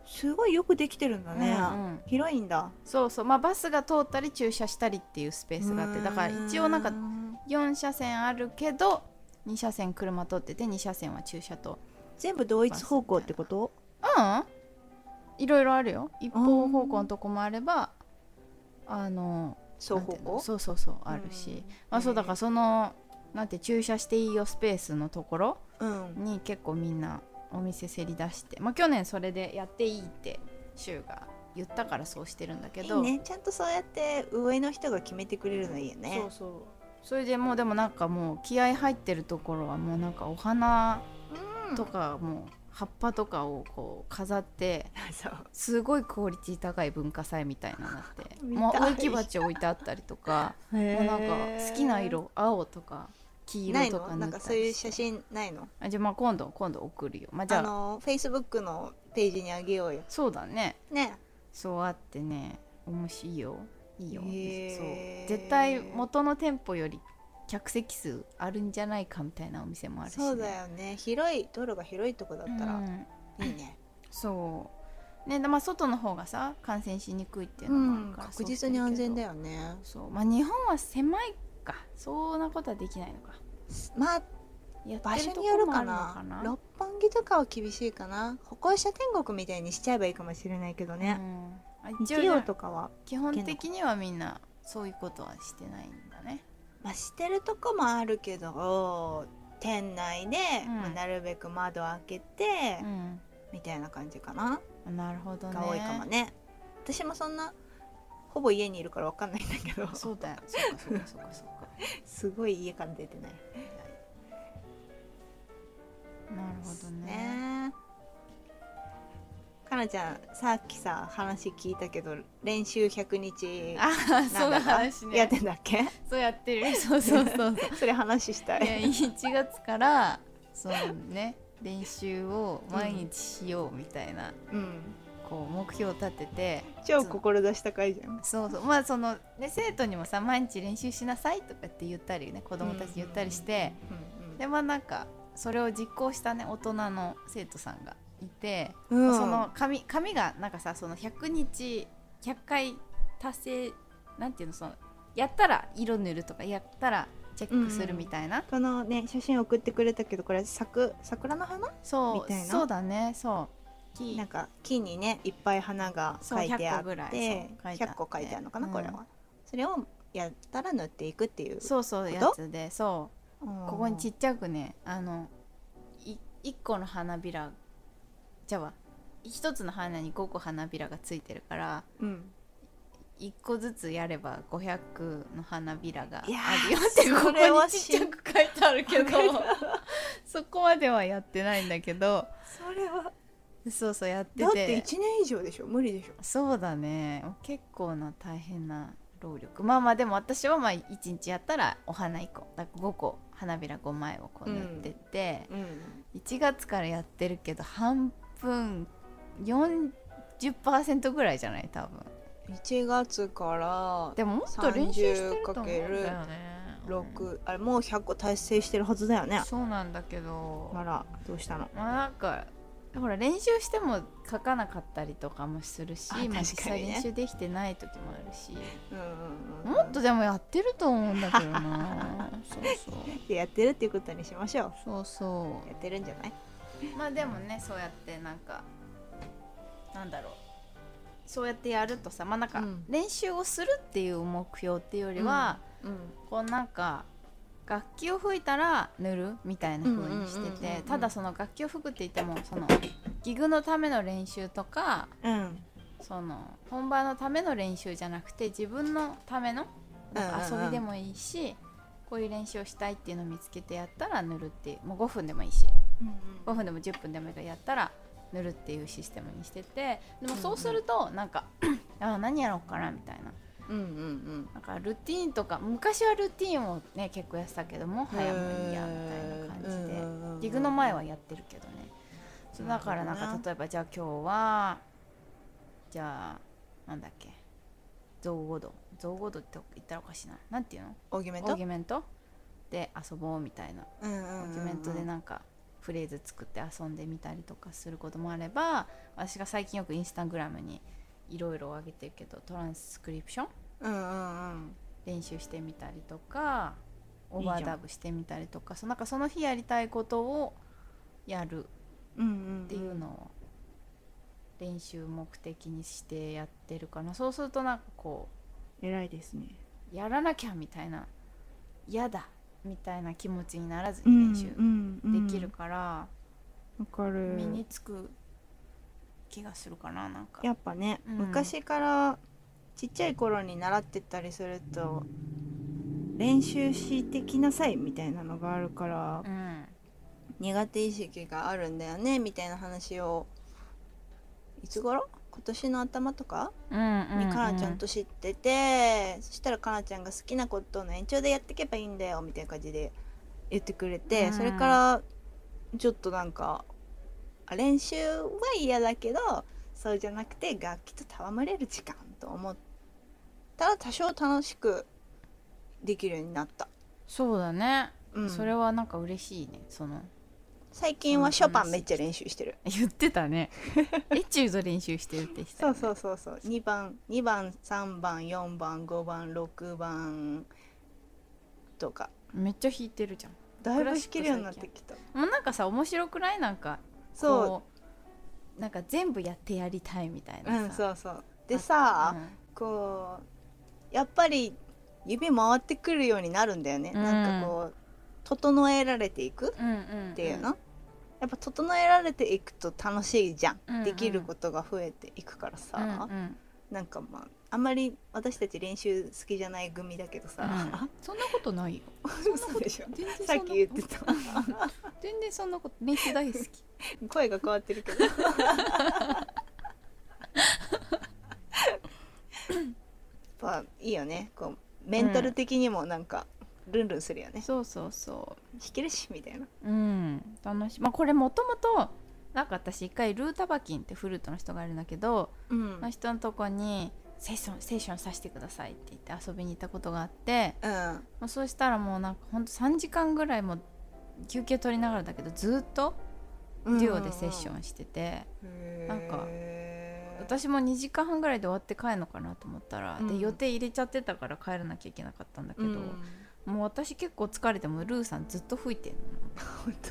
[SPEAKER 1] すごいよくできてるんだね、
[SPEAKER 2] うんうん
[SPEAKER 1] 広いんだ
[SPEAKER 2] そうそうまあバスが通ったり駐車したりっていうスペースがあってだから一応なんか
[SPEAKER 1] う
[SPEAKER 2] 4車線あるけど2車線車通ってて2車線は駐車と
[SPEAKER 1] 全部同一方向ってこと
[SPEAKER 2] うんいろいろあるよ一方方向のとこもあればあの
[SPEAKER 1] 双
[SPEAKER 2] なん
[SPEAKER 1] 方
[SPEAKER 2] ていうの
[SPEAKER 1] 向
[SPEAKER 2] そうそうそうあるし、まあそうだからそのなんて駐車していいよスペースのところ
[SPEAKER 1] らうん
[SPEAKER 2] に結構みんなお店せり出してまあ去年それでやっていいって柊が言ったからそうしてるんだけ
[SPEAKER 1] いい
[SPEAKER 2] ど
[SPEAKER 1] ねちゃんとそうやって上の人が決めてくれるのいいよね
[SPEAKER 2] そうそうそれでもうでもなんかもう気合入ってるところはもうなんかお花
[SPEAKER 1] うん
[SPEAKER 2] とかもう葉っぱとかをこう飾って
[SPEAKER 1] そう
[SPEAKER 2] すごいクオリティ高い文化祭みたいなのがあって
[SPEAKER 1] 見たい
[SPEAKER 2] もう植木鉢置いてあったりとか
[SPEAKER 1] も
[SPEAKER 2] もうなんか好きな色青とか黄
[SPEAKER 1] ない
[SPEAKER 2] 色と
[SPEAKER 1] の
[SPEAKER 2] か
[SPEAKER 1] な
[SPEAKER 2] 塗っ
[SPEAKER 1] ん
[SPEAKER 2] た
[SPEAKER 1] か
[SPEAKER 2] り
[SPEAKER 1] そういう
[SPEAKER 2] して
[SPEAKER 1] 写真ないの
[SPEAKER 2] あじゃあまあ今度今度送るよまあじ
[SPEAKER 1] あ
[SPEAKER 2] ゃあ
[SPEAKER 1] のフェイスブックのページにあげようよ
[SPEAKER 2] そうだね
[SPEAKER 1] ね
[SPEAKER 2] そうあってね面白いよいいよ、
[SPEAKER 1] へー
[SPEAKER 2] そう絶対元の店舗より客席数あるんじゃないかみたいなお店もあるしね、
[SPEAKER 1] そうだよね広い道路が広いとこだった
[SPEAKER 2] う
[SPEAKER 1] ら
[SPEAKER 2] ん
[SPEAKER 1] いいね
[SPEAKER 2] そうねでまあ外の方がさ感染しにくいっていう
[SPEAKER 1] う
[SPEAKER 2] のもあ
[SPEAKER 1] ん
[SPEAKER 2] るから、
[SPEAKER 1] 確実に安全だ
[SPEAKER 2] よ
[SPEAKER 1] よね
[SPEAKER 2] そうまあ日本は狭いかそんなことはできないのか
[SPEAKER 1] まあ
[SPEAKER 2] やって
[SPEAKER 1] 場所
[SPEAKER 2] ると
[SPEAKER 1] によ
[SPEAKER 2] こ
[SPEAKER 1] る
[SPEAKER 2] もあ
[SPEAKER 1] か
[SPEAKER 2] るの
[SPEAKER 1] な
[SPEAKER 2] かな
[SPEAKER 1] 六本木とかは厳しいかな歩行者天国みたいにしちゃえばいいかもしれないけど
[SPEAKER 2] う
[SPEAKER 1] ね、
[SPEAKER 2] んあ一応
[SPEAKER 1] 企業とかは、
[SPEAKER 2] 基本的にはみんなそういうことはしてないんだね
[SPEAKER 1] まあ、してるとこもあるけど店内で、
[SPEAKER 2] うん
[SPEAKER 1] まあ、なるべく窓開けて、
[SPEAKER 2] うん
[SPEAKER 1] みたいな感じかな、
[SPEAKER 2] なるほどね
[SPEAKER 1] が多いかもね私もそんなほぼ家にいるからわかんないんだけど
[SPEAKER 2] そうだよそうかそうかそうかそうか
[SPEAKER 1] すごい家から出てない
[SPEAKER 2] なるほどね
[SPEAKER 1] ねかなちゃんさっきさ話聞いたけど練習100日
[SPEAKER 2] ああそ
[SPEAKER 1] なん
[SPEAKER 2] うだ
[SPEAKER 1] だか
[SPEAKER 2] 話ね
[SPEAKER 1] やってんだっ け
[SPEAKER 2] そうやってるそうそうそうそう
[SPEAKER 1] それ話した
[SPEAKER 2] いや
[SPEAKER 1] い
[SPEAKER 2] 1月からそうね練習を毎日しようみたいな、
[SPEAKER 1] うん
[SPEAKER 2] こう目標を立てて
[SPEAKER 1] 超志高いじゃん
[SPEAKER 2] そうそうまあその、ね、生徒にもさ毎日練習しなさいとかって言ったりね子供たち言ったりして、でまあなんかそれを実行したね大人の生徒さんがいて、
[SPEAKER 1] うんうん
[SPEAKER 2] その紙紙がなんかさその100日100回達成なんていうのそのやったら色塗るとかやったらチェックするみたいな、
[SPEAKER 1] このね写真送ってくれたけどこれ桜桜の花
[SPEAKER 2] そ
[SPEAKER 1] み
[SPEAKER 2] う
[SPEAKER 1] たいな
[SPEAKER 2] そうだねそう木
[SPEAKER 1] なんか木にねいっぱい花が書いてあっ
[SPEAKER 2] そう100個ぐらい
[SPEAKER 1] て
[SPEAKER 2] そう書いてあって
[SPEAKER 1] 100個書いてあるのかな、
[SPEAKER 2] うん
[SPEAKER 1] これはそれをやったら塗っていくっていう
[SPEAKER 2] そうそうやつでそう
[SPEAKER 1] うん
[SPEAKER 2] ここにちっちゃくねあのい1個の花びらじゃあわ1つの花に5個花びらがついてるから
[SPEAKER 1] うん
[SPEAKER 2] 1個ずつやれば500の花びらがあ
[SPEAKER 1] いやー
[SPEAKER 2] るよってここ
[SPEAKER 1] それは
[SPEAKER 2] にちっちゃく書いてあるけどそこまではやってないんだけど
[SPEAKER 1] それは
[SPEAKER 2] そうそうやって
[SPEAKER 1] だって
[SPEAKER 2] て
[SPEAKER 1] 1年以上でしょ無理でしょ
[SPEAKER 2] そうだね結構な大変な労力まあまあでも私はまあ1日やったらお花1個だから5個花びら5枚をこう塗ってって、
[SPEAKER 1] うん
[SPEAKER 2] 1月からやってるけど半分40%ぐらいじゃない多分
[SPEAKER 1] 1月から
[SPEAKER 2] でももっと練習してると思うんだよね
[SPEAKER 1] 30か6あれもう100個達成してるはずだよね
[SPEAKER 2] そうなんだけど
[SPEAKER 1] あらどうしたの
[SPEAKER 2] まあなんかほら練習しても書かなかったりとかもするし、
[SPEAKER 1] あ
[SPEAKER 2] まあ、
[SPEAKER 1] 確
[SPEAKER 2] 実
[SPEAKER 1] かに
[SPEAKER 2] 際
[SPEAKER 1] ね
[SPEAKER 2] 練習できてない時もあるし
[SPEAKER 1] うんうんうん
[SPEAKER 2] もっとでもやってると思うんだけど なそう
[SPEAKER 1] でやってるっていうことにしましょう
[SPEAKER 2] そうそうそ
[SPEAKER 1] やってるんじゃないう
[SPEAKER 2] まあでもねそうやってなんかなんだろうそうやってやるとさまあなんか
[SPEAKER 1] うん
[SPEAKER 2] 練習をするっていう目標っていうよりは、
[SPEAKER 1] うん
[SPEAKER 2] こうなんか楽器を吹いたら塗るみたいな風にして
[SPEAKER 1] うんうんうんうんう
[SPEAKER 2] て
[SPEAKER 1] ん
[SPEAKER 2] ただその楽器を吹くって言ってもそのギグのための練習とか
[SPEAKER 1] うん
[SPEAKER 2] その本番のための練習じゃなくて自分のためのなんか
[SPEAKER 1] うんうんうん
[SPEAKER 2] 遊びでもいいし、こういう練習をしたいっていうのを見つけてやったら塗るっていうもう5分でもいいし5分でも10分でもいいからやったら塗 るっていうシステムにしててでもそうするとなんかあー何やろうかなみたいな
[SPEAKER 1] うんうん
[SPEAKER 2] なんかルーティンとか昔はルーティンをね結構やってたけども早めにやみたいな感じで、ギグの前はやってるけどね、そうだからなん
[SPEAKER 1] なるほ
[SPEAKER 2] か
[SPEAKER 1] ど
[SPEAKER 2] 例えばじゃあ今日はじゃあなんだっけ造語度造語度って言ったらおかしいななんていうの
[SPEAKER 1] オーギュメン
[SPEAKER 2] オー
[SPEAKER 1] ト
[SPEAKER 2] ギュメントで遊ぼうみたいな
[SPEAKER 1] うんうんうん
[SPEAKER 2] オ
[SPEAKER 1] うん
[SPEAKER 2] ーギュメントでなんかフレーズ作って遊んでみたりとかすることもあれば私が最近よくインスタグラムにいろいろ上げてるけどトランスクリプション
[SPEAKER 1] うんうんうん
[SPEAKER 2] 練習してみたりとか
[SPEAKER 1] い
[SPEAKER 2] オ
[SPEAKER 1] い
[SPEAKER 2] ー
[SPEAKER 1] じゃん
[SPEAKER 2] バーダブしてみたりとかそのなんかその日やりたいことをやる
[SPEAKER 1] うんうんん
[SPEAKER 2] っていうのを練習目的にしてやってるかなそうするとなんかこ
[SPEAKER 1] 偉いですね
[SPEAKER 2] うやらなきゃみたいな嫌だみたいな気持ちにならず
[SPEAKER 1] う
[SPEAKER 2] に
[SPEAKER 1] ん
[SPEAKER 2] 練習
[SPEAKER 1] うんうん
[SPEAKER 2] できるから、
[SPEAKER 1] わかる
[SPEAKER 2] 身につく気がするかななんか。
[SPEAKER 1] やっぱね、
[SPEAKER 2] うん
[SPEAKER 1] 昔からちっちゃい頃に習ってたりすると練習してきなさいみたいなのがあるから
[SPEAKER 2] うん
[SPEAKER 1] 苦手意識があるんだよねみたいな話をいつ頃今年の頭とか
[SPEAKER 2] うん
[SPEAKER 1] にかなちゃんと知ってて、そしたらかなちゃんが好きなことの延長でやってけばいいんだよみたいな感じで言ってくれて、
[SPEAKER 2] うん
[SPEAKER 1] それからちょっとなんかあ練習は嫌だけどそうじゃなくて楽器と戯れる時間と思ったら多少楽しくできるようになった、
[SPEAKER 2] そうだね、
[SPEAKER 1] うん、
[SPEAKER 2] それはなんか嬉しいねその
[SPEAKER 1] 最近はショパンめっちゃ練習してる
[SPEAKER 2] 言ってた ねエチュード練習してるって言ってた
[SPEAKER 1] そう
[SPEAKER 2] よね
[SPEAKER 1] そうそうそう2番2番3番4番5番6番とか
[SPEAKER 2] めっちゃ弾いてるじゃん
[SPEAKER 1] だいぶ弾けるようになってきた
[SPEAKER 2] もうなんかさ面白くないなんか
[SPEAKER 1] そう
[SPEAKER 2] うなんか全部やってやりたいみたいうなさ、
[SPEAKER 1] んそうそうで
[SPEAKER 2] あ
[SPEAKER 1] さ、こうやっぱり指回ってくるようになるんだよね、
[SPEAKER 2] うん
[SPEAKER 1] なんかこう整えられていく
[SPEAKER 2] うん、うんうんん
[SPEAKER 1] っていうの、やっぱ整えられていくと楽しいじゃん、
[SPEAKER 2] うんうん
[SPEAKER 1] できることが増えていくからさ、
[SPEAKER 2] うんうん
[SPEAKER 1] なんかまああんまり私たち練習好きじゃない組だけどさ、
[SPEAKER 2] うんそんなことないよ
[SPEAKER 1] 嘘でしょ
[SPEAKER 2] 全然そんな
[SPEAKER 1] さっき言ってた
[SPEAKER 2] 全然そんなこと練習大好き
[SPEAKER 1] 声が変わってるけどやっぱいいよねこうメンタル的にもなんか、ルンルンするよね
[SPEAKER 2] そうそうそ
[SPEAKER 1] 弾けるしみたいな
[SPEAKER 2] ううん楽しいまあこれもともとなんか私一回ルータバキンってフルートの人がいるんだけど、
[SPEAKER 1] うん
[SPEAKER 2] その人のとこにセッションセッションさせてくださいって言って遊びに行ったことがあって、
[SPEAKER 1] うん
[SPEAKER 2] もうそうしたらもうなんかほんと3時間ぐらいもう休憩取りながらだけどずっと
[SPEAKER 1] デ
[SPEAKER 2] デュオでセッションしてて、
[SPEAKER 1] ン
[SPEAKER 2] なんか
[SPEAKER 1] 私
[SPEAKER 2] 私も2時間半ぐらいで終わって帰るのかなと思ったら、
[SPEAKER 1] う
[SPEAKER 2] で
[SPEAKER 1] ん
[SPEAKER 2] 予定入れちゃってたから帰らなきゃいけなかったんだけど、もう私結構疲れてもうルーさんずっと吹いてんの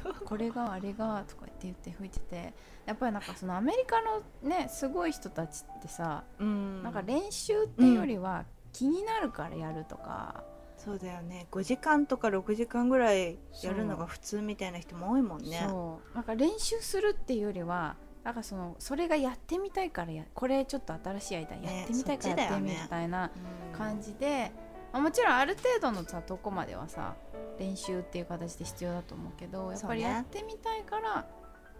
[SPEAKER 1] 本当
[SPEAKER 2] これがあれがとか言って言って吹いててやっぱりなんかそのアメリカのねすごい人たちってさ、
[SPEAKER 1] うん
[SPEAKER 2] なんか練習っていうよりは気になるからやるとか、
[SPEAKER 1] そうだよね5時間とか6時間ぐらいやるのが普通みたいな人も多いもんね
[SPEAKER 2] そうなんか練習するっていうよりはなんかそのそれがやってみたいからやこれちょっと新しい間
[SPEAKER 1] ね
[SPEAKER 2] やってみたいからやってみるみたいな
[SPEAKER 1] うん
[SPEAKER 2] 感じで、まあ、もちろんある程度のさとこまではさ練習っていう形で必要だと思うけどやっぱり
[SPEAKER 1] そうね
[SPEAKER 2] やってみたいから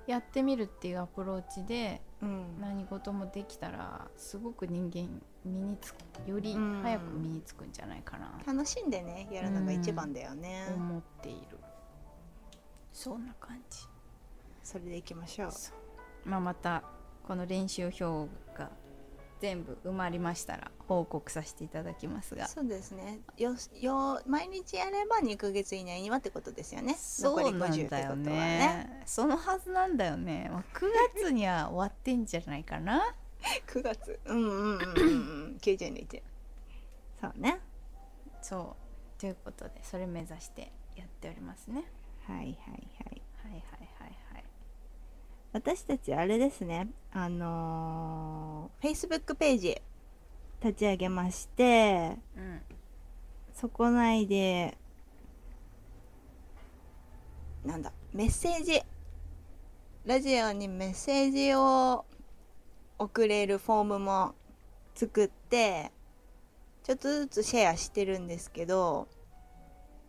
[SPEAKER 2] やってみるっていうアプローチで
[SPEAKER 1] うん
[SPEAKER 2] 何事もできたらすごく人間身につくより早く身につくんじゃないかな
[SPEAKER 1] 楽しんでねやるのが一番だよね、
[SPEAKER 2] と思っている、そんな感じ。
[SPEAKER 1] それでいきましょう
[SPEAKER 2] まあ、またこの練習表が全部埋まりましたら報告させていただきますが
[SPEAKER 1] そうですねよよ毎日やれば2ヶ月以内にはってことですよね
[SPEAKER 2] そうな
[SPEAKER 1] 残り50
[SPEAKER 2] ん
[SPEAKER 1] ってこと
[SPEAKER 2] だよ
[SPEAKER 1] は
[SPEAKER 2] ね
[SPEAKER 1] ね
[SPEAKER 2] そのはずなんだよね、まあ、9月には終わってんじゃないかな
[SPEAKER 1] 9月うんうんうんうん うん90日そうね
[SPEAKER 2] そうということでそれ目指してやっておりますね
[SPEAKER 1] はいはいはい
[SPEAKER 2] はいはいはいはい
[SPEAKER 1] 私たちあれですねあのー、Facebook ページ立ち上げまして
[SPEAKER 2] うん
[SPEAKER 1] そこ内でなんだメッセージラジオにメッセージを送れるフォームも作ってちょっとずつシェアしてるんですけど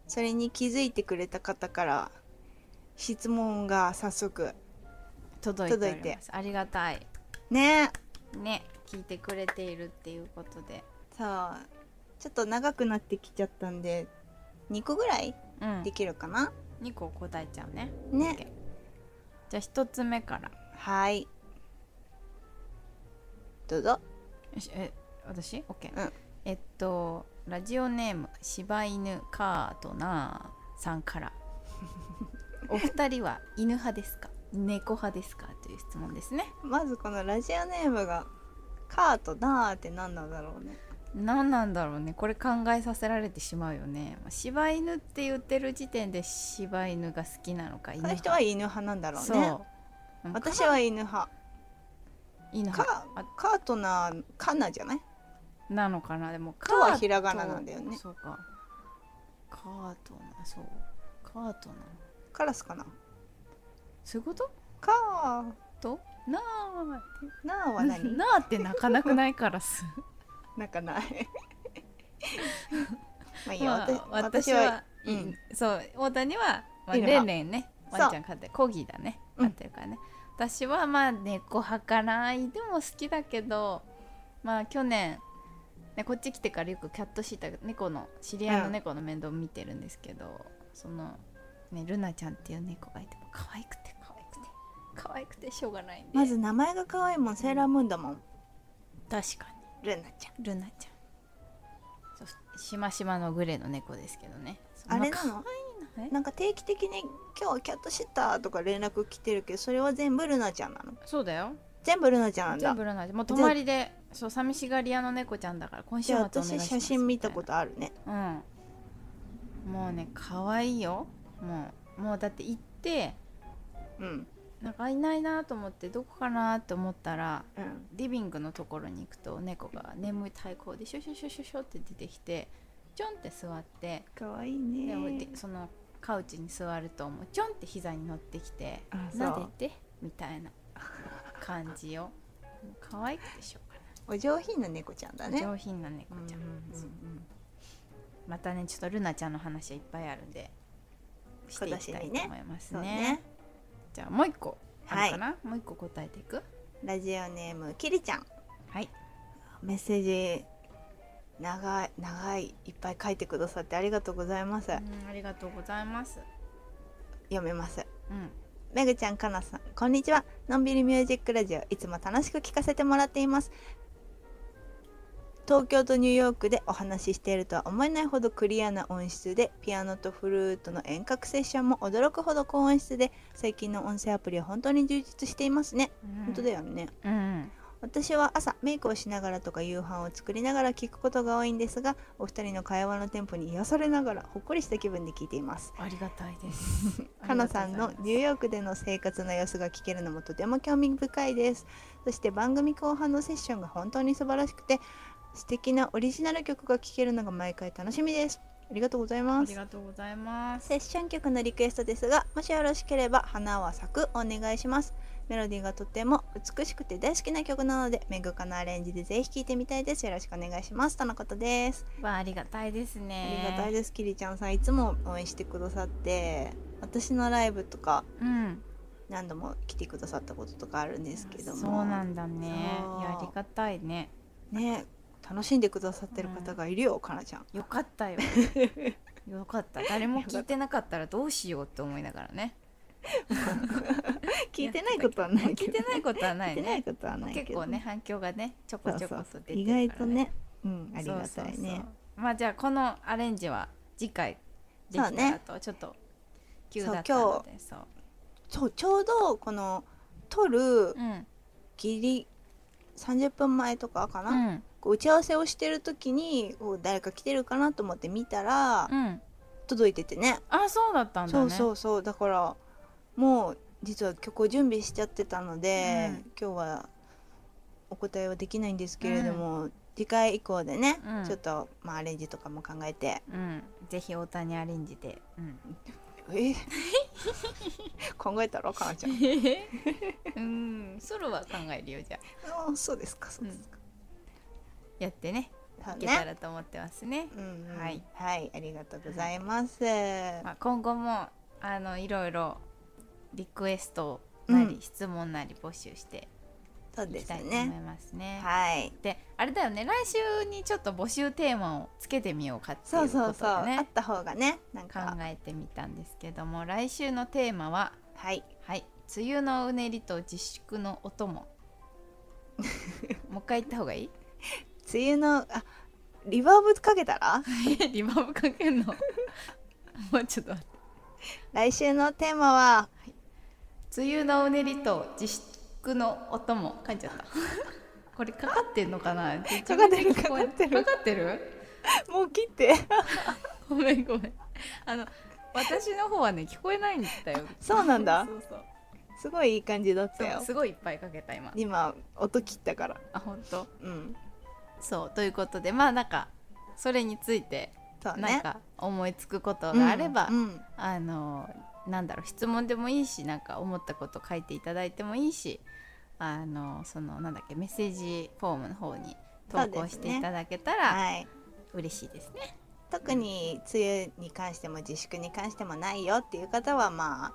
[SPEAKER 1] それに気づいてくれた方から質問が早速
[SPEAKER 2] 届いてお
[SPEAKER 1] 届い
[SPEAKER 2] りますありがたい
[SPEAKER 1] ね
[SPEAKER 2] ね聞いてくれているっていうことで
[SPEAKER 1] さあちょっと長くなってきちゃったんで2個ぐらい
[SPEAKER 2] うん
[SPEAKER 1] できるかな、
[SPEAKER 2] 2個答えちゃうね
[SPEAKER 1] ね
[SPEAKER 2] じゃあ1つ目から
[SPEAKER 1] はいどうぞ
[SPEAKER 2] よしえ私 ?OK、
[SPEAKER 1] うん
[SPEAKER 2] えっとラジオネーム柴犬カートナーさんから お二人は犬派ですか猫派ですかという質問ですね
[SPEAKER 1] まずこのラジオネームがカートだーって何なんだろうね
[SPEAKER 2] 何なんだろうねこれ考えさせられてしまうよねまあ柴犬って言ってる時点で柴犬が好きなのか犬
[SPEAKER 1] この人は犬派なんだろう
[SPEAKER 2] そう
[SPEAKER 1] ね
[SPEAKER 2] うん
[SPEAKER 1] 私は犬派
[SPEAKER 2] 犬派
[SPEAKER 1] かカートナーカナじゃない
[SPEAKER 2] なのかなでもカ
[SPEAKER 1] とはひらがななんだよね
[SPEAKER 2] そうかカートナーそうカートナー
[SPEAKER 1] カラスかな
[SPEAKER 2] そういうこと
[SPEAKER 1] カー
[SPEAKER 2] となあって
[SPEAKER 1] ナーは何
[SPEAKER 2] なあって泣かなくないから す
[SPEAKER 1] なんかない まあいいよ、
[SPEAKER 2] まあ
[SPEAKER 1] 私
[SPEAKER 2] 私
[SPEAKER 1] は
[SPEAKER 2] は、
[SPEAKER 1] う
[SPEAKER 2] うんん、そう大谷は、まあ、
[SPEAKER 1] 犬
[SPEAKER 2] レ
[SPEAKER 1] 派
[SPEAKER 2] ンレンね
[SPEAKER 1] そう
[SPEAKER 2] ワンちゃん飼ってコーギーだね
[SPEAKER 1] うん
[SPEAKER 2] 飼ってるからね、私はまあ猫派かな犬も好きだけどまあ去年ね、こっち来てからよくキャットシーター猫の知り合いの猫の面倒見てるんですけど、そのねルナちゃんっていう猫がいても可愛くて可愛くて可愛くてしょうがないんで
[SPEAKER 1] まず名前が可愛いもんセーラームーンだもん
[SPEAKER 2] 確かに
[SPEAKER 1] ルナち
[SPEAKER 2] ルナちゃんそうしましまのグレーの猫ですけどね
[SPEAKER 1] ゃんあれなの
[SPEAKER 2] 可愛いなえ
[SPEAKER 1] なんか定期的に今日キャットシッターとか連絡来てるけどそれは全部ルナちゃんなの
[SPEAKER 2] そうだよ
[SPEAKER 1] 全部ルナちゃんな
[SPEAKER 2] 全
[SPEAKER 1] んだ
[SPEAKER 2] 部ルナちゃんもう泊まりでそう寂しがり屋の猫ちゃんだから今週
[SPEAKER 1] じゃ
[SPEAKER 2] 末
[SPEAKER 1] あ
[SPEAKER 2] お願いします
[SPEAKER 1] 私写真見たこととあるね
[SPEAKER 2] うんもうね可愛いよもうもうだって行って
[SPEAKER 1] うん
[SPEAKER 2] なんかいないなと思ってどこかなと思ったら
[SPEAKER 1] うん
[SPEAKER 2] リビングのところに行くと猫が眠い対抗でシュシュシュシュシュって出てきてちょんって座って
[SPEAKER 1] 可愛い
[SPEAKER 2] でもで
[SPEAKER 1] ね
[SPEAKER 2] そのカウチに座るともうちょんって膝に乗ってきて
[SPEAKER 1] あそう
[SPEAKER 2] 撫でてみたいな感じよ可愛くてしょうがない
[SPEAKER 1] お上品な猫ちゃんだね
[SPEAKER 2] 上品な猫ちゃん、またねちょっとルナちゃんの話はいっぱいあるんでしていきたいと思います
[SPEAKER 1] そ
[SPEAKER 2] ね
[SPEAKER 1] うね
[SPEAKER 2] じゃあもう一個あるかな、もう一個答えていく
[SPEAKER 1] ラジオネームキリちゃん
[SPEAKER 2] はい
[SPEAKER 1] メッセージ長い長いいっぱい書いてくださってありがとうございます、
[SPEAKER 2] うんありがとうございます
[SPEAKER 1] 読めます
[SPEAKER 2] うん
[SPEAKER 1] めぐちゃんかなさんこんにちはのんびりミュージックラジオいつも楽しく聞かせてもらっています東京とニューヨークでお話ししているとは思えないほどクリアな音質でピアノとフルートの遠隔セッションも驚くほど高音質で最近の音声アプリは本当に充実していますね、
[SPEAKER 2] うん
[SPEAKER 1] 本当だよね
[SPEAKER 2] うん
[SPEAKER 1] 私は朝メイクをしながらとか夕飯を作りながら聞くことが多いんですがお二人の会話のテンポに癒されながらほっこりした気分で聞いています
[SPEAKER 2] ありがたいです
[SPEAKER 1] かなさんのニューヨークでの生活の様子が聞けるのもとても興味深いですそして番組後半のセッションが本当に素晴らしくて素敵なオリジナル曲が聴けるのが毎回楽しみですありがとうござい
[SPEAKER 2] あ
[SPEAKER 1] ま
[SPEAKER 2] り
[SPEAKER 1] す
[SPEAKER 2] がとうございます
[SPEAKER 1] セッション曲のリクエストですがもしよろしければ花は咲くお願いしますメロディーがとても美しくて大好きな曲なのでめぐかのアレンジでぜひ聴いてみたいですよろしくお願いしますとのことです、
[SPEAKER 2] わあありがたいですね
[SPEAKER 1] ありがたい
[SPEAKER 2] で
[SPEAKER 1] ですきりちゃんさんいつも応援してくださって私のライブとか
[SPEAKER 2] すうん
[SPEAKER 1] 何度も来てくださったこととかあるんですけども
[SPEAKER 2] そうなんだねい
[SPEAKER 1] そう
[SPEAKER 2] やありがたいね
[SPEAKER 1] ね楽しんでくださってる方がいるよ、かなちゃん
[SPEAKER 2] よかった よよかった誰も聞いてなかったらどうしようって思いながら ね
[SPEAKER 1] 聞いてないことはないけ
[SPEAKER 2] 聞い
[SPEAKER 1] ど
[SPEAKER 2] てないことはな
[SPEAKER 1] 聞い
[SPEAKER 2] い
[SPEAKER 1] てない
[SPEAKER 2] ね
[SPEAKER 1] ことはないけど
[SPEAKER 2] 結構ね反響がねちょこ
[SPEAKER 1] そう
[SPEAKER 2] ち
[SPEAKER 1] そ
[SPEAKER 2] ょこ
[SPEAKER 1] う
[SPEAKER 2] と出て
[SPEAKER 1] 意
[SPEAKER 2] るか
[SPEAKER 1] 外と
[SPEAKER 2] ら
[SPEAKER 1] ねうんありが
[SPEAKER 2] そ
[SPEAKER 1] た
[SPEAKER 2] う
[SPEAKER 1] い
[SPEAKER 2] そうそう
[SPEAKER 1] ね
[SPEAKER 2] まあじゃあこのアレンジは次回で
[SPEAKER 1] そう
[SPEAKER 2] きた
[SPEAKER 1] ね
[SPEAKER 2] らとちょっと急だったのでそう
[SPEAKER 1] そうちょうどこの撮る
[SPEAKER 2] うん
[SPEAKER 1] ギリ30分前とかかな、
[SPEAKER 2] うん
[SPEAKER 1] こう打ち合わせをしてる時にこう誰か来てるかなと思って見たら、
[SPEAKER 2] うん
[SPEAKER 1] 届いててね
[SPEAKER 2] あそうだったんだ
[SPEAKER 1] そう
[SPEAKER 2] ね
[SPEAKER 1] そうそうだからもう実は曲を準備しちゃってたので、
[SPEAKER 2] うん
[SPEAKER 1] 今日はお答えはできないんですけれども、次回以降でね、
[SPEAKER 2] うん
[SPEAKER 1] ちょっと、まあ、アレンジとかも考えて
[SPEAKER 2] うんぜひ大谷アレンジでうん
[SPEAKER 1] え考えたろかな ちゃん
[SPEAKER 2] うんソロは考えるよじゃあ
[SPEAKER 1] あーそうですかそうですか、
[SPEAKER 2] やってね
[SPEAKER 1] そう
[SPEAKER 2] いけた
[SPEAKER 1] ね
[SPEAKER 2] らと思ってますね。
[SPEAKER 1] うんうん、は
[SPEAKER 2] はいい、
[SPEAKER 1] ありがとうございます、
[SPEAKER 2] まあ、今後もあのいろいろリクエストなり、
[SPEAKER 1] うん
[SPEAKER 2] 質問なり募集して
[SPEAKER 1] そう
[SPEAKER 2] 行
[SPEAKER 1] で
[SPEAKER 2] き
[SPEAKER 1] す
[SPEAKER 2] たいと思い
[SPEAKER 1] ね
[SPEAKER 2] ますね。
[SPEAKER 1] はい
[SPEAKER 2] であれだよね来週にちょっと募集テーマをつけてみようかっていう
[SPEAKER 1] そ
[SPEAKER 2] こ
[SPEAKER 1] うそう
[SPEAKER 2] とでね
[SPEAKER 1] そうあった方がねなん
[SPEAKER 2] 考
[SPEAKER 1] か
[SPEAKER 2] えてみたんですけども来週のテーマは
[SPEAKER 1] はい
[SPEAKER 2] 「はい梅雨のうねりと自粛の お供」もう一回言った方がいい
[SPEAKER 1] 梅雨のあリバーブかけたら
[SPEAKER 2] リバーブかけんの もうちょっと待って
[SPEAKER 1] 来週のテーマは
[SPEAKER 2] 梅雨のうねりと自粛のお供書いちゃった これかかってんのかな
[SPEAKER 1] かかってる
[SPEAKER 2] 自分で聞こえ
[SPEAKER 1] か
[SPEAKER 2] かかってる
[SPEAKER 1] もう切って
[SPEAKER 2] ごめんごめんあの私の方はね聞こえないんだよ
[SPEAKER 1] そうなん だ
[SPEAKER 2] そうそう
[SPEAKER 1] すごいいい感じだった
[SPEAKER 2] そ
[SPEAKER 1] よ
[SPEAKER 2] うすごいいっぱいかけた今
[SPEAKER 1] 今音切ったから
[SPEAKER 2] あ本当
[SPEAKER 1] うん
[SPEAKER 2] そうということでまあなんかそれについて
[SPEAKER 1] そうね
[SPEAKER 2] なんか思いつくことがあれば、
[SPEAKER 1] うんうん
[SPEAKER 2] あのなんだろう質問でもいいしなんか思ったこと書いていただいてもいいしあのそのなんだっけメッセージフォームの方に投
[SPEAKER 1] そう
[SPEAKER 2] 稿
[SPEAKER 1] で
[SPEAKER 2] し
[SPEAKER 1] すね
[SPEAKER 2] ていただけたら
[SPEAKER 1] はい
[SPEAKER 2] 嬉しいですね。
[SPEAKER 1] 特に梅雨に関しても自粛に関してもないよっていう方はまあ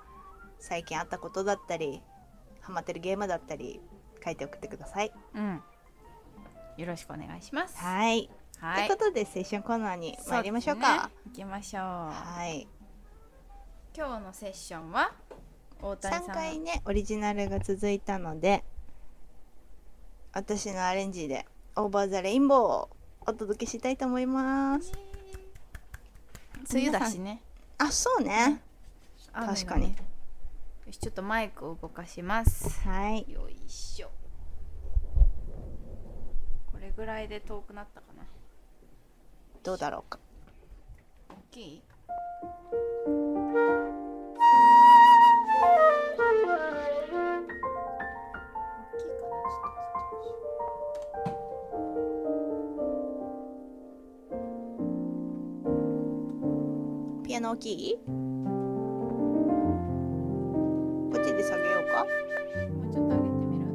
[SPEAKER 1] 最近あったことだったりハマってるゲームだったり書いて送ってください。
[SPEAKER 2] うんよろしくお願いします。
[SPEAKER 1] はい、
[SPEAKER 2] はい
[SPEAKER 1] ということでセッションコーナーに参りましょう
[SPEAKER 2] そです
[SPEAKER 1] か。
[SPEAKER 2] ね行きましょう。
[SPEAKER 1] はい、
[SPEAKER 2] 今日のセッションは大谷さん
[SPEAKER 1] 3
[SPEAKER 2] の
[SPEAKER 1] 回ねオリジナルが続いたので私のアレンジで「オーバー・ザ・レインボー」をお届けしたいと思います。
[SPEAKER 2] 梅雨だしね。
[SPEAKER 1] あそうね
[SPEAKER 2] 雨がね
[SPEAKER 1] 確かに
[SPEAKER 2] よしちょっとマイクを動かします
[SPEAKER 1] はい
[SPEAKER 2] よいしょこれぐらいで遠くなったかな
[SPEAKER 1] どうだろうか。
[SPEAKER 2] 大きい大きいかなちょっと
[SPEAKER 1] ピアノ大きいこっちで下げようか
[SPEAKER 2] もうちょっと上げてみる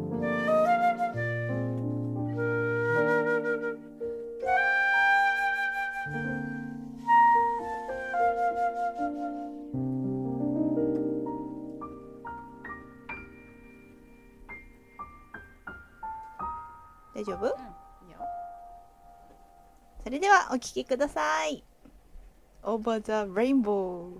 [SPEAKER 1] 大丈夫
[SPEAKER 2] うんいいよ
[SPEAKER 1] それではお聴きください Over the Rainbow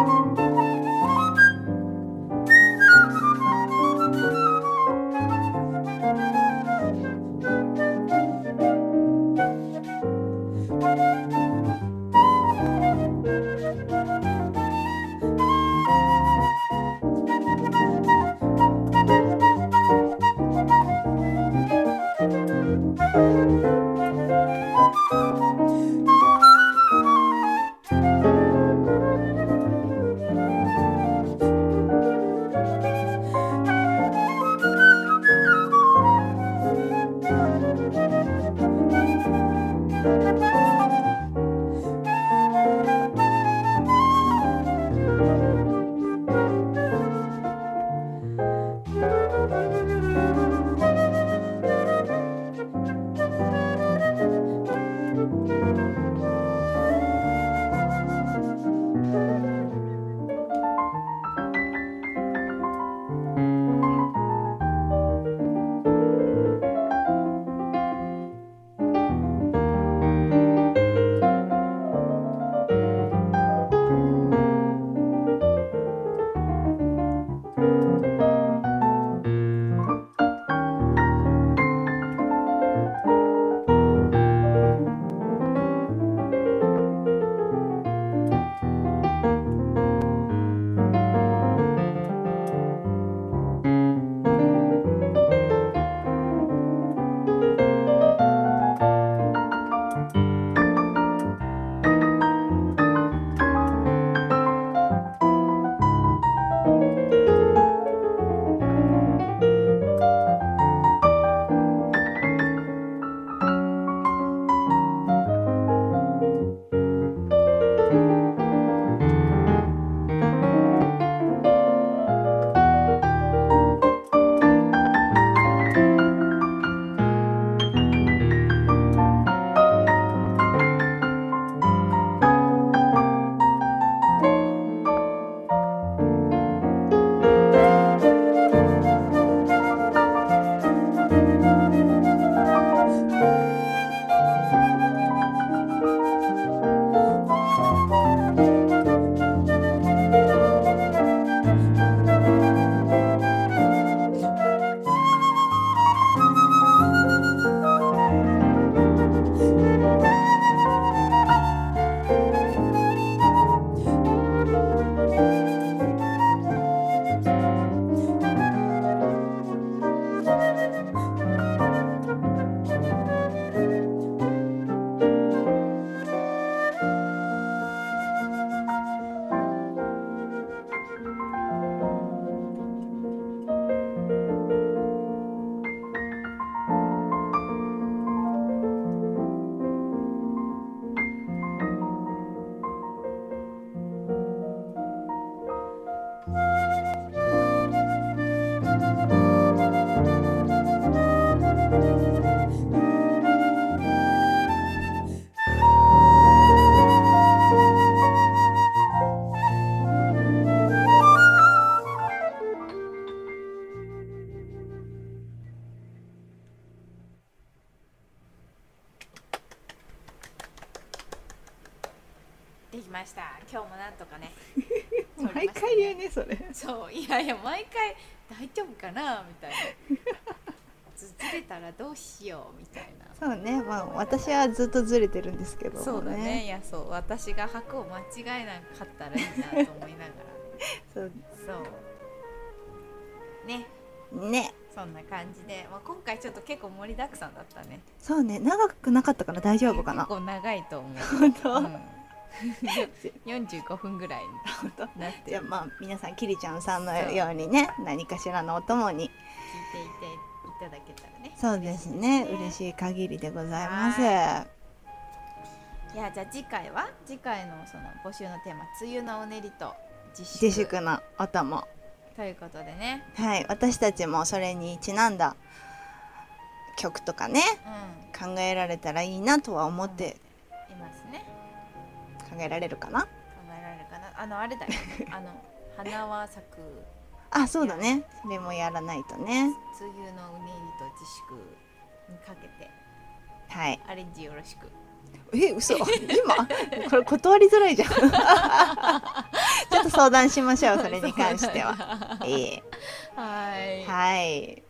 [SPEAKER 2] 「ました今日もなんとかね撮
[SPEAKER 1] 毎
[SPEAKER 2] りました
[SPEAKER 1] 回言うねそれ
[SPEAKER 2] そういやいや毎回大丈夫かなみた いなずれたらどうしようみたいな
[SPEAKER 1] そうねまあ私はずっとずれてるんですけども
[SPEAKER 2] そうだねいやそう私が箱を間違えなかったらいいなと思いながら
[SPEAKER 1] そう
[SPEAKER 2] そうね
[SPEAKER 1] ね
[SPEAKER 2] そんな感じで、まあ、今回ちょっと結構盛りだくさんだったね
[SPEAKER 1] そうね長くなかったから大丈夫かな
[SPEAKER 2] 結構長いと思う
[SPEAKER 1] 本当、
[SPEAKER 2] うん、45分ぐらいになって
[SPEAKER 1] じゃあまあ皆さんキリちゃんさんの
[SPEAKER 2] そう
[SPEAKER 1] ようにね何かしらのお供に
[SPEAKER 2] 聞いていていただけたらね
[SPEAKER 1] そうですね嬉しい限りでございます
[SPEAKER 2] は嬉しいいやじゃあ次回は次回のその募集のテーマ「梅雨のうねりと自粛」
[SPEAKER 1] 自粛のお供
[SPEAKER 2] ということでね
[SPEAKER 1] はい私たちもそれにちなんだ曲とかね
[SPEAKER 2] うん
[SPEAKER 1] 考えられたらいいなとは思って
[SPEAKER 2] いますね
[SPEAKER 1] 考えられるかな
[SPEAKER 2] 考えられるかなあのあれだよあの花は咲く
[SPEAKER 1] あそうだねそれもやらないとね
[SPEAKER 2] 梅雨のうねりと自粛にかけて
[SPEAKER 1] はい
[SPEAKER 2] アレンジよろしく
[SPEAKER 1] え嘘今 これ断りづらいじゃんちょっと相談しま しょう それに関しては
[SPEAKER 2] は
[SPEAKER 1] ええ
[SPEAKER 2] はい
[SPEAKER 1] はい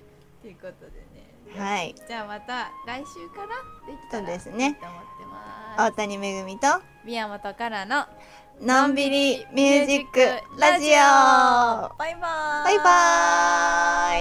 [SPEAKER 2] ということでね
[SPEAKER 1] はい
[SPEAKER 2] じゃあまた来週からできた
[SPEAKER 1] そう
[SPEAKER 2] ら
[SPEAKER 1] ですね
[SPEAKER 2] いいと思ってま
[SPEAKER 1] 大
[SPEAKER 2] す
[SPEAKER 1] 谷めぐみと
[SPEAKER 2] 宮本からの
[SPEAKER 1] のんびりミュージックラジオ
[SPEAKER 2] バイバーイ
[SPEAKER 1] バイバーイ